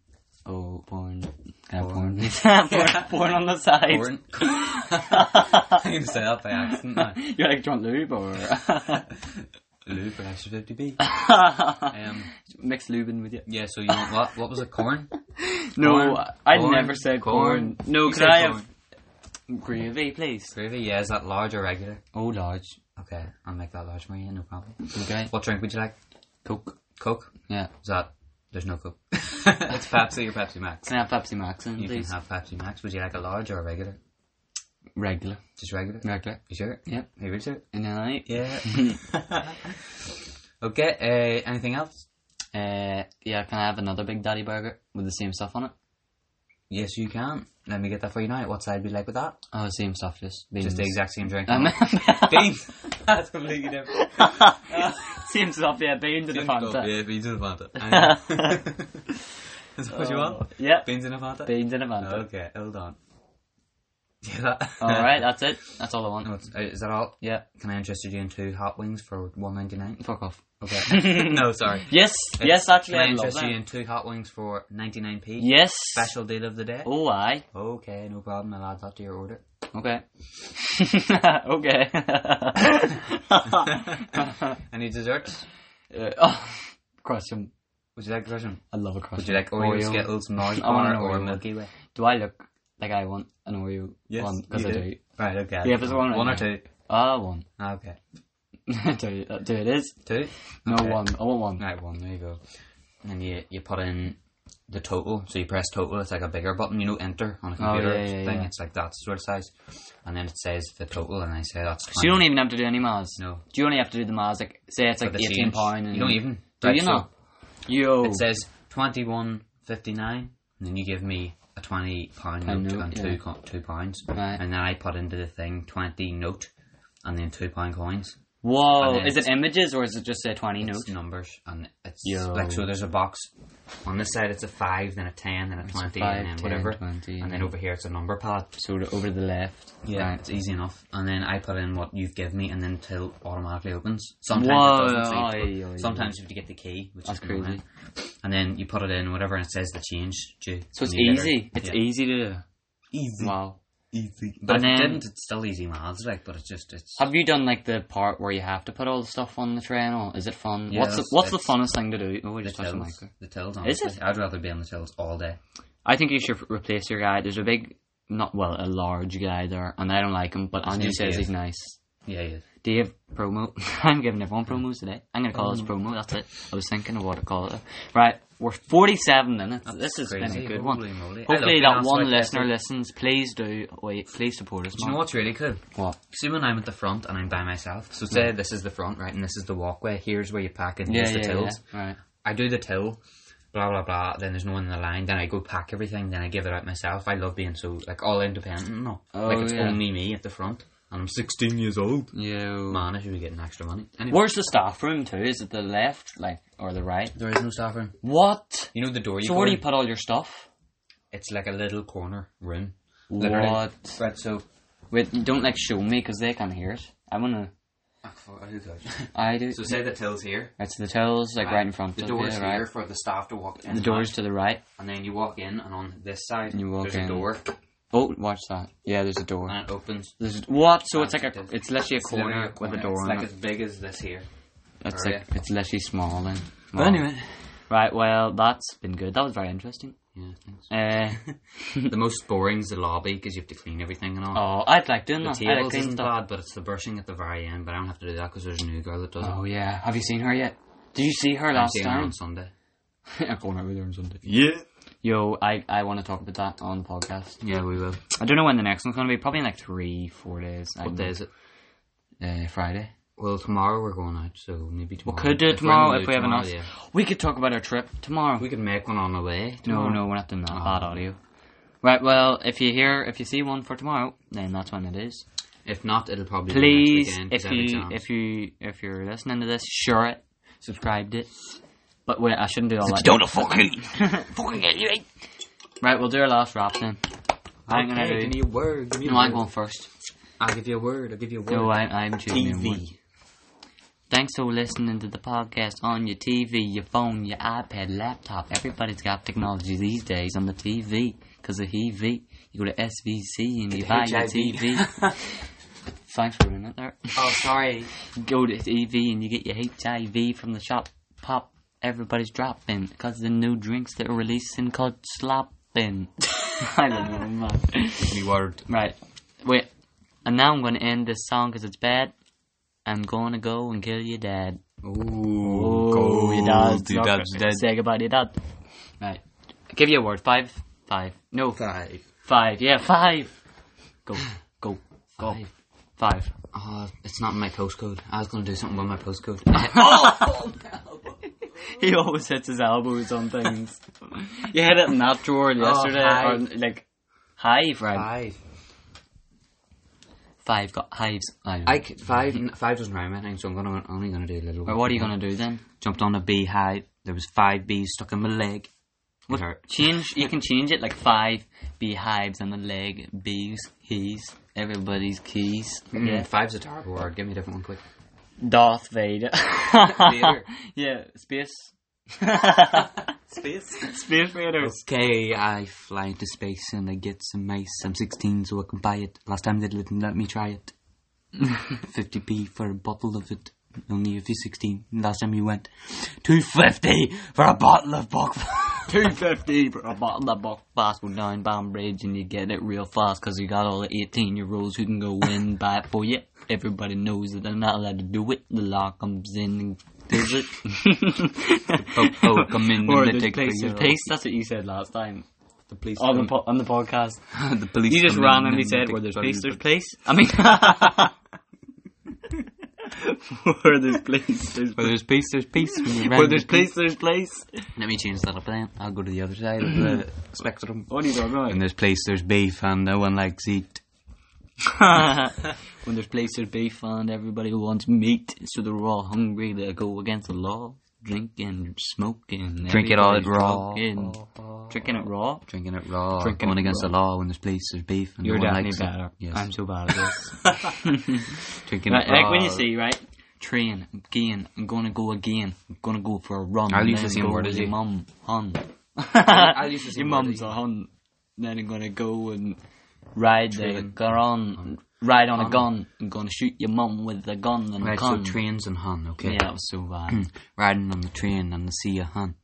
Speaker 2: Oh, porn. Can I have porn? please? porn, porn on the side.
Speaker 1: Corn. I'm gonna say that by accident. now.
Speaker 2: You're like, do you want lube or
Speaker 1: Lube for extra fifty b. Um,
Speaker 2: mix lube in with you?
Speaker 1: yeah. So you want what? What was it? Corn.
Speaker 2: No,
Speaker 1: Corn,
Speaker 2: I
Speaker 1: corn,
Speaker 2: never said
Speaker 1: corn.
Speaker 2: corn. No,
Speaker 1: You
Speaker 2: can
Speaker 1: said
Speaker 2: I
Speaker 1: corn.
Speaker 2: have gravy, please?
Speaker 1: Gravy. Yeah. Is that large or regular?
Speaker 2: Oh, large.
Speaker 1: Okay, I'll make that large for you. No problem.
Speaker 2: Okay.
Speaker 1: What drink would you like?
Speaker 2: Coke.
Speaker 1: Coke.
Speaker 2: Yeah.
Speaker 1: Is that there's no coke? it's Pepsi or Pepsi Max.
Speaker 2: Can I have Pepsi Max in,
Speaker 1: You can
Speaker 2: please?
Speaker 1: have Pepsi Max. Would you like a large or a regular?
Speaker 2: Regular.
Speaker 1: Just regular?
Speaker 2: Regular.
Speaker 1: You sure?
Speaker 2: Yep.
Speaker 1: Here we go.
Speaker 2: And then I
Speaker 1: Yeah. okay, uh, anything else?
Speaker 2: Uh, yeah, can I have another Big Daddy burger with the same stuff on it?
Speaker 1: Yes, you can. Let me get that for you now. What side would you like with that?
Speaker 2: Oh, the same stuff, just beans.
Speaker 1: Just the exact same drink.
Speaker 2: Um,
Speaker 1: beans! That's completely different.
Speaker 2: same stuff, yeah, beans and a Fanta.
Speaker 1: Yeah, beans in a Fanta. I know. Is that what you want?
Speaker 2: Yeah,
Speaker 1: Beans in a Fanta?
Speaker 2: Oh. beans and a Fanta.
Speaker 1: Okay, hold on. Yeah, that.
Speaker 2: All right, that's it. That's all I want.
Speaker 1: No, it's- uh, Is that all?
Speaker 2: Yeah,
Speaker 1: Can I interest you in two hot wings for one ninety nine?
Speaker 2: fuck off.
Speaker 1: Okay. no, sorry.
Speaker 2: Yes, yes, actually,
Speaker 1: Can I
Speaker 2: I love
Speaker 1: interest you
Speaker 2: that.
Speaker 1: in two hot wings for ninety nine p?
Speaker 2: Yes.
Speaker 1: Special deal of the day.
Speaker 2: Oh, I.
Speaker 1: Okay, no problem. I'll add that to your order.
Speaker 2: Okay. okay. uh,
Speaker 1: Any desserts?
Speaker 2: oh, question.
Speaker 1: Would you like Russian?
Speaker 2: I love a crush.
Speaker 1: Would you like Oreo,
Speaker 2: Oreo.
Speaker 1: Skittles, Mars
Speaker 2: I want
Speaker 1: bar,
Speaker 2: an
Speaker 1: or
Speaker 2: Oreo.
Speaker 1: Milky Way?
Speaker 2: Do I look like I want an Oreo one? Because I
Speaker 1: you
Speaker 2: do.
Speaker 1: Right, okay.
Speaker 2: Yeah, if it's one,
Speaker 1: one or
Speaker 2: right
Speaker 1: two.
Speaker 2: Ah, one.
Speaker 1: Ah, Okay,
Speaker 2: two, uh, two it is.
Speaker 1: two.
Speaker 2: No,
Speaker 1: Okay.
Speaker 2: one. I want one.
Speaker 1: Right, one. There you go. And you you put in the total. So you press total. It's like a bigger button. You know, enter on a computer
Speaker 2: Oh, yeah, yeah,
Speaker 1: thing.
Speaker 2: yeah.
Speaker 1: It's like that sort of size. And then it says the total, and I say that's.
Speaker 2: So you don't even have to do any miles.
Speaker 1: No.
Speaker 2: Do you only have to do the miles? Like, say it's like
Speaker 1: the
Speaker 2: eighteen
Speaker 1: change.
Speaker 2: pound. And
Speaker 1: You don't even.
Speaker 2: Do
Speaker 1: Right,
Speaker 2: you
Speaker 1: so
Speaker 2: not? Yo.
Speaker 1: It says twenty one fifty nine, and then you give me a twenty pound
Speaker 2: Pound
Speaker 1: note
Speaker 2: note,
Speaker 1: and
Speaker 2: yeah.
Speaker 1: two co- two pounds,
Speaker 2: Right.
Speaker 1: and then I put into the thing twenty note, and then two pound coins.
Speaker 2: Whoa.
Speaker 1: and then
Speaker 2: Is it images or is it just say twenty
Speaker 1: It's
Speaker 2: notes?
Speaker 1: numbers, and it's
Speaker 2: Yo.
Speaker 1: like so. There's a box on this side. It's a five, then a ten, then a twenty,
Speaker 2: five,
Speaker 1: and then
Speaker 2: 10,
Speaker 1: whatever.
Speaker 2: 20,
Speaker 1: and then over here it's a number pad.
Speaker 2: Sort of over the left.
Speaker 1: Yeah,
Speaker 2: Right.
Speaker 1: it's easy enough. And then I put in what you've given me, and then till automatically opens. Sometimes
Speaker 2: Whoa,
Speaker 1: it doesn't. so you-
Speaker 2: aye, aye, aye.
Speaker 1: sometimes you have to get the key, which
Speaker 2: That's
Speaker 1: is annoying. And then you put it in whatever, and it says the change due.
Speaker 2: So it's
Speaker 1: And you get it.
Speaker 2: easy. It's e-,
Speaker 1: Yeah.
Speaker 2: easy to do.
Speaker 1: easy,
Speaker 2: Wow.
Speaker 1: easy. But
Speaker 2: And
Speaker 1: if it
Speaker 2: then-
Speaker 1: didn't, it's still easy miles. Like, but it's just it's.
Speaker 2: Have you done like the part where you have to put all the stuff on the train, or is it fun?
Speaker 1: Yeah,
Speaker 2: what's the,
Speaker 1: that's-
Speaker 2: what's the
Speaker 1: that's-
Speaker 2: funnest thing to do? Oh, we
Speaker 1: the
Speaker 2: just touched the mic.
Speaker 1: tills, the tills.
Speaker 2: Is
Speaker 1: Honestly. I'd rather be on the tills all day.
Speaker 2: I think you should replace your guy. There's a big, not well, a large guy there, and I don't like him, but Andy
Speaker 1: name's
Speaker 2: says
Speaker 1: Dave.
Speaker 2: he's nice.
Speaker 1: Yeah, yeah.
Speaker 2: Dave promo. I'm giving everyone promos today. I'm gonna call this
Speaker 1: Mm.
Speaker 2: promo. That's it. I was thinking of what to call it. Right, we're 47 minutes. this has been
Speaker 1: crazy.
Speaker 2: a good
Speaker 1: Holy
Speaker 2: one.
Speaker 1: moly. I
Speaker 2: Hopefully
Speaker 1: love
Speaker 2: that
Speaker 1: being
Speaker 2: one
Speaker 1: asked
Speaker 2: listener
Speaker 1: like
Speaker 2: listens. Please do. Wait, please support us.
Speaker 1: Do you know
Speaker 2: man.
Speaker 1: what's really cool?
Speaker 2: What?
Speaker 1: See when I'm at the front and I'm by myself. So say this is the front, right, and this is the walkway. Here's where you pack and
Speaker 2: Yeah,
Speaker 1: here's the
Speaker 2: yeah,
Speaker 1: tills.
Speaker 2: yeah. Right.
Speaker 1: I do the till, blah blah blah. Then there's no one in the line. Then I go pack everything. Then I give it out myself. I love being so like all independent. No,
Speaker 2: Oh,
Speaker 1: like it's
Speaker 2: yeah.
Speaker 1: only me at the front, and I'm 16 years old.
Speaker 2: You.
Speaker 1: Man, I should be getting extra money. Anyway,
Speaker 2: Where's the staff room too? Is it the left, like, or the right?
Speaker 1: there is no staff room.
Speaker 2: What?
Speaker 1: You know the door you
Speaker 2: So
Speaker 1: go
Speaker 2: where do
Speaker 1: in?
Speaker 2: you put all your stuff?
Speaker 1: It's like a little corner room. Literally.
Speaker 2: What?
Speaker 1: Right, so.
Speaker 2: Wait, you don't like show me because they can't hear it. I wanna.
Speaker 1: Ah,
Speaker 2: I do.
Speaker 1: So say the till's here.
Speaker 2: It's the tills, like right, in front
Speaker 1: The
Speaker 2: of
Speaker 1: door's
Speaker 2: you,
Speaker 1: here
Speaker 2: right?
Speaker 1: for the staff to walk in.
Speaker 2: The door's to the right.
Speaker 1: And then you walk in, and on this side,
Speaker 2: You walk
Speaker 1: there's a
Speaker 2: in.
Speaker 1: door,
Speaker 2: Oh, watch that. Yeah, there's a door.
Speaker 1: and it opens.
Speaker 2: There's what? So it's like a,
Speaker 1: That's-
Speaker 2: it's literally a
Speaker 1: It's
Speaker 2: corner,
Speaker 1: literally
Speaker 2: with
Speaker 1: corner.
Speaker 2: a door
Speaker 1: It's
Speaker 2: on
Speaker 1: like as
Speaker 2: it.
Speaker 1: big as this here.
Speaker 2: It's
Speaker 1: area.
Speaker 2: like it's literally small then. Wow. right. Well, that's been good. That was very interesting.
Speaker 1: Yeah, thanks.
Speaker 2: Uh,
Speaker 1: the most boring's the lobby because you have to clean everything and all.
Speaker 2: oh, I'd like doing
Speaker 1: the
Speaker 2: that. I like
Speaker 1: tables
Speaker 2: cleaning
Speaker 1: isn't
Speaker 2: stuff.
Speaker 1: bad, but it's the brushing at the very end. But I don't have to do that because there's a new girl that does
Speaker 2: Oh
Speaker 1: it.
Speaker 2: yeah. Have you seen her yet? Did you see her
Speaker 1: I'm
Speaker 2: last
Speaker 1: seeing her
Speaker 2: time?
Speaker 1: on Sunday.
Speaker 2: I'm going over there on Sunday.
Speaker 1: Yeah.
Speaker 2: Yo, I, I want to talk about that on the podcast.
Speaker 1: Yeah, we will.
Speaker 2: I don't know when the next one's going to be. Probably in like three, four days. I
Speaker 1: What
Speaker 2: don't
Speaker 1: day is it?
Speaker 2: know. Uh, Friday.
Speaker 1: Well, tomorrow we're going out, so maybe tomorrow.
Speaker 2: Could do
Speaker 1: If
Speaker 2: it
Speaker 1: we're
Speaker 2: tomorrow
Speaker 1: in the
Speaker 2: if
Speaker 1: mood
Speaker 2: we have
Speaker 1: Oh, tomorrow,
Speaker 2: enough.
Speaker 1: yeah.
Speaker 2: We could talk about our trip tomorrow.
Speaker 1: We could make one on the way.
Speaker 2: No,
Speaker 1: tomorrow. Oh.
Speaker 2: no, we're not doing that. Bad audio. Right, well, if you hear, if you see one for tomorrow, then that's when it is.
Speaker 1: If not, it'll probably
Speaker 2: Please,
Speaker 1: be next weekend, 'cause
Speaker 2: if
Speaker 1: I have
Speaker 2: you,
Speaker 1: exams.
Speaker 2: if you, if you're listening to this, share it, subscribe it. But wait, I shouldn't do all that.
Speaker 1: fucking eh?
Speaker 2: fucking get you. Right, we'll do our last rap then. I'm gonna
Speaker 1: okay,
Speaker 2: do-
Speaker 1: give me a word. Give me
Speaker 2: No,
Speaker 1: a
Speaker 2: I'm
Speaker 1: word.
Speaker 2: going first.
Speaker 1: I'll give you a word. I'll give you a word.
Speaker 2: No, I, I'm choosing
Speaker 1: TV.
Speaker 2: one. Thanks for listening to the podcast on your TV, your phone, your iPad, laptop. Everybody's got technology these days on the TV because of EV. You go to SVC and you buy
Speaker 1: HIV.
Speaker 2: your TV. Thanks for ruining it there.
Speaker 1: Oh, sorry.
Speaker 2: Go to EV and you get your HIV from the shop. Pop, everybody's dropping because the new drinks that are releasing called slopping. I uh. don't know, man.
Speaker 1: Give me a word.
Speaker 2: Right. Wait. And now I'm going to end this song because it's bad. I'm going to go and kill your dad.
Speaker 1: Ooh,
Speaker 2: your dad's
Speaker 1: your dad's
Speaker 2: Say goodbye to your dad. Right. Give you a word. Five. Five. No.
Speaker 4: Five.
Speaker 2: Five. Yeah, five. Go. Go. Go.
Speaker 4: Five.
Speaker 2: Five.
Speaker 4: Oh, it's not in my postcode. I was going to do something with my postcode.
Speaker 2: He always hits his elbows on things. you hit it in that drawer yesterday. or,
Speaker 4: hive.
Speaker 2: like, hive, right?
Speaker 4: five.
Speaker 2: Five got hives. I don't
Speaker 4: I c- five n- five doesn't rhyme, I think, so I'm gonna only gonna do a little.
Speaker 2: know.
Speaker 4: bit.
Speaker 2: what are you going to do then?
Speaker 1: Jumped on a beehive. There was five bees stuck in my leg.
Speaker 4: It hurt.
Speaker 2: Change. You can change it like five beehives on the leg, bees, he's, everybody's keys.
Speaker 4: Mm, Five's a terrible word. Give me a different one, quick.
Speaker 2: Darth Vader.
Speaker 4: Vader.
Speaker 2: yeah, space.
Speaker 4: Space.
Speaker 2: Space Raiders.
Speaker 1: Okay, I fly into space and I get some mice. I'm 16, so I can buy it. Last time they didn't let me try it. 50p for a bottle of it. Only if you're 16. Last time you went, 250 for a bottle of book.
Speaker 2: 250 for a bottle of buck fast down Bound Bridge and you get it real fast because you got all the 18 year olds who can go in and buy it for you. Everybody knows that they're not allowed to do it. The law comes in and does it.
Speaker 1: oh, come in
Speaker 2: or
Speaker 1: and they
Speaker 2: the
Speaker 1: take
Speaker 2: police.
Speaker 1: your-
Speaker 2: The police, that's what you said last time.
Speaker 1: the police.
Speaker 2: On the, po- on the podcast.
Speaker 1: the police.
Speaker 2: You just
Speaker 1: come in and
Speaker 2: randomly
Speaker 1: they
Speaker 2: said
Speaker 1: take
Speaker 2: where there's
Speaker 1: your-
Speaker 2: police, there's police. I mean, where there's police, there's
Speaker 1: Where there's peace, there's peace.
Speaker 2: where there's police, there's police.
Speaker 1: Let me change that up then. I'll go to the other side of the spectrum.
Speaker 2: What are you talking
Speaker 1: When
Speaker 2: about?
Speaker 1: there's place, there's beef, and no one likes eat.
Speaker 2: when there's police, there's beef, and everybody wants meat, so they're all hungry. They go against the law, drinking, smoking,
Speaker 1: Drink it all
Speaker 2: everybody's
Speaker 1: it raw.
Speaker 2: drunken. drinking it raw.
Speaker 1: Drinking it raw.
Speaker 2: Drinking
Speaker 1: going
Speaker 2: it
Speaker 1: against
Speaker 2: raw.
Speaker 1: the law. When there's police, there's beef, and
Speaker 2: You're
Speaker 1: no one
Speaker 2: definitely
Speaker 1: likes
Speaker 2: better.
Speaker 1: it. Yes.
Speaker 2: I'm so bad at this.
Speaker 1: drinking
Speaker 2: Right,
Speaker 1: it raw.
Speaker 2: like when you see, right? Train, again, I'm gonna go again. I'm gonna go for a run.
Speaker 1: I'll
Speaker 2: and
Speaker 1: use the
Speaker 2: then
Speaker 1: same
Speaker 2: go
Speaker 1: word
Speaker 2: with
Speaker 1: as
Speaker 2: your
Speaker 1: you.
Speaker 2: mum, hun.
Speaker 4: I'll use the same
Speaker 2: Your
Speaker 4: word as
Speaker 2: mum's
Speaker 4: you.
Speaker 2: a hun. Then I'm gonna go and ride the
Speaker 4: Train.
Speaker 2: gun, ride on a gun. I'm gonna shoot your mum with a gun and
Speaker 1: Right,
Speaker 2: a gun.
Speaker 1: so trains and hun, okay?
Speaker 2: yeah, that was so bad.
Speaker 1: Riding on the train and they see a hun.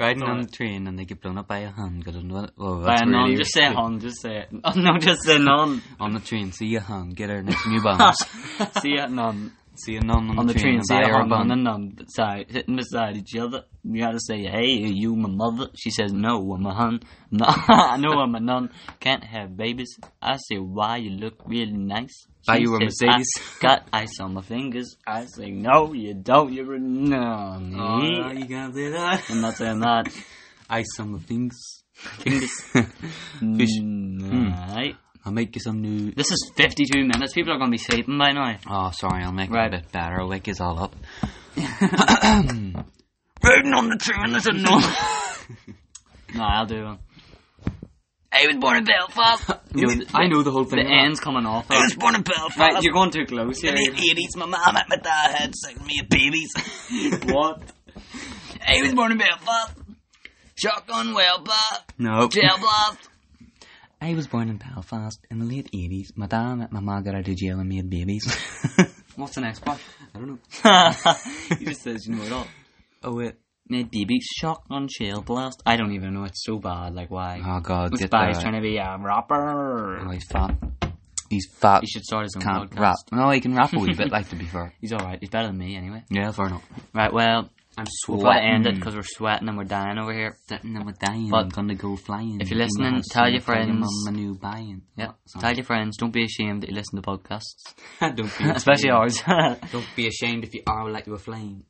Speaker 1: Riding on the train and they get blown up by a hun. Got another, oh, that's
Speaker 2: Right,
Speaker 1: really
Speaker 2: none, just say
Speaker 1: risky.
Speaker 2: hun, just say it. Oh, no, just say none.
Speaker 1: On the train, see a hun. Get her next new bombs.
Speaker 2: See it, none.
Speaker 1: see a nun on,
Speaker 2: on the train,
Speaker 1: and
Speaker 2: see
Speaker 1: buy
Speaker 2: her
Speaker 1: her a
Speaker 2: on,
Speaker 1: bun.
Speaker 2: on the nun side, sitting beside each other. You gotta say, hey, are you my mother? She says, no, I'm a hun. No, no, I'm a nun. Can't have babies. I say, why, you look really nice.
Speaker 1: Buy
Speaker 2: She
Speaker 1: you a
Speaker 2: says,
Speaker 1: Mercedes.
Speaker 2: I got ice on my fingers. I say, no, you don't, you're a nun.
Speaker 1: Oh, you can't say that.
Speaker 2: I'm not saying that.
Speaker 1: Ice on the things.
Speaker 2: Fish.
Speaker 1: Hmm. I'll make you some new.
Speaker 2: This is 52 minutes. People are gonna be sleeping by now.
Speaker 1: Oh, sorry, I'll make
Speaker 2: Right.
Speaker 1: it a bit better. I'll wake us all up.
Speaker 2: Riding on the train, there's a nun. no, I'll do one. I was born in Belfast. You know,
Speaker 1: I know the whole thing.
Speaker 2: The end's coming off. I was born in Belfast. Right, you're going too close here. In the 80s, my mom at my dad had sent me a babies. what? I was born in Belfast. Shotgun well pop.
Speaker 1: No.
Speaker 2: Jail blast.
Speaker 1: I was born in Belfast in the late 80s. My dad met my mom got out of jail and made babies.
Speaker 2: What's the next part?
Speaker 1: I don't know.
Speaker 2: he just says you know it all.
Speaker 1: Oh, wait.
Speaker 2: Made babies. Shotgun shell blast. I don't even know. It's so bad. Like why?
Speaker 1: Oh, God.
Speaker 2: This
Speaker 1: get
Speaker 2: guy's
Speaker 1: that.
Speaker 2: trying to be a rapper.
Speaker 1: Oh, he's fat. He's fat.
Speaker 2: He should start his own
Speaker 1: can't
Speaker 2: podcast.
Speaker 1: rap. No, he can rap a wee bit, like, to be fair.
Speaker 2: He's alright. He's better than me anyway.
Speaker 1: Yeah, fair enough.
Speaker 2: Right, well,
Speaker 4: I'm
Speaker 2: we'll probably
Speaker 4: sweating.
Speaker 2: end it because we're sweating and we're dying over here.
Speaker 1: Sitting there with dying,
Speaker 2: But
Speaker 1: I'm gonna go flying.
Speaker 2: if you're
Speaker 1: You
Speaker 2: listening,
Speaker 1: might
Speaker 2: tell
Speaker 1: see
Speaker 2: your
Speaker 1: it, tell
Speaker 2: friends.
Speaker 1: mum and you buying. Oh,
Speaker 2: Yeah.
Speaker 1: Sorry.
Speaker 2: Tell your friends, don't be ashamed that you listen to podcasts.
Speaker 4: don't be
Speaker 2: Especially
Speaker 4: ashamed.
Speaker 2: ours. uh,
Speaker 4: Don't be ashamed if you are like you were flying.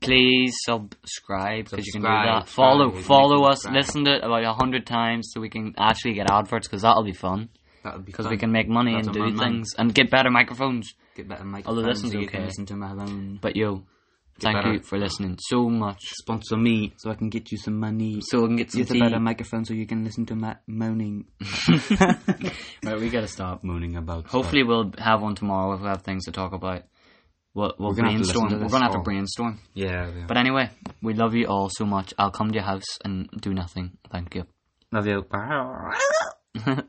Speaker 2: please subscribe because you can do
Speaker 4: Subscribe,
Speaker 2: that. Follow,
Speaker 4: subscribe,
Speaker 2: follow us.
Speaker 4: subscribe.
Speaker 2: Listen to it about a hundred times so we can actually get adverts because that'll be fun.
Speaker 4: That would be
Speaker 2: Because
Speaker 4: fun.
Speaker 2: we can make money
Speaker 4: That's
Speaker 2: and
Speaker 4: a
Speaker 2: do
Speaker 4: man-man.
Speaker 2: things and get better microphones.
Speaker 4: get better microphones.
Speaker 2: Although this one's
Speaker 4: so you can
Speaker 2: okay.
Speaker 4: listen to my own.
Speaker 2: But yo, thank
Speaker 4: better.
Speaker 2: you for listening so much.
Speaker 1: Sponsor me so I can get you some money.
Speaker 2: So we can get some
Speaker 1: Get a
Speaker 2: tea.
Speaker 1: better microphone so you can listen to my moaning.
Speaker 2: Right, we gotta stop.
Speaker 1: Moaning about.
Speaker 2: Hopefully, we'll have one tomorrow if we have things to talk about. We'll, we'll
Speaker 1: We're gonna have to
Speaker 2: brainstorm.
Speaker 1: listen to
Speaker 2: We're
Speaker 1: this
Speaker 2: gonna have to
Speaker 1: all.
Speaker 2: brainstorm.
Speaker 1: stuff. Yeah, yeah.
Speaker 2: But anyway, we love you all so much. I'll come to your house and do nothing. Thank you.
Speaker 1: Love you. Bye.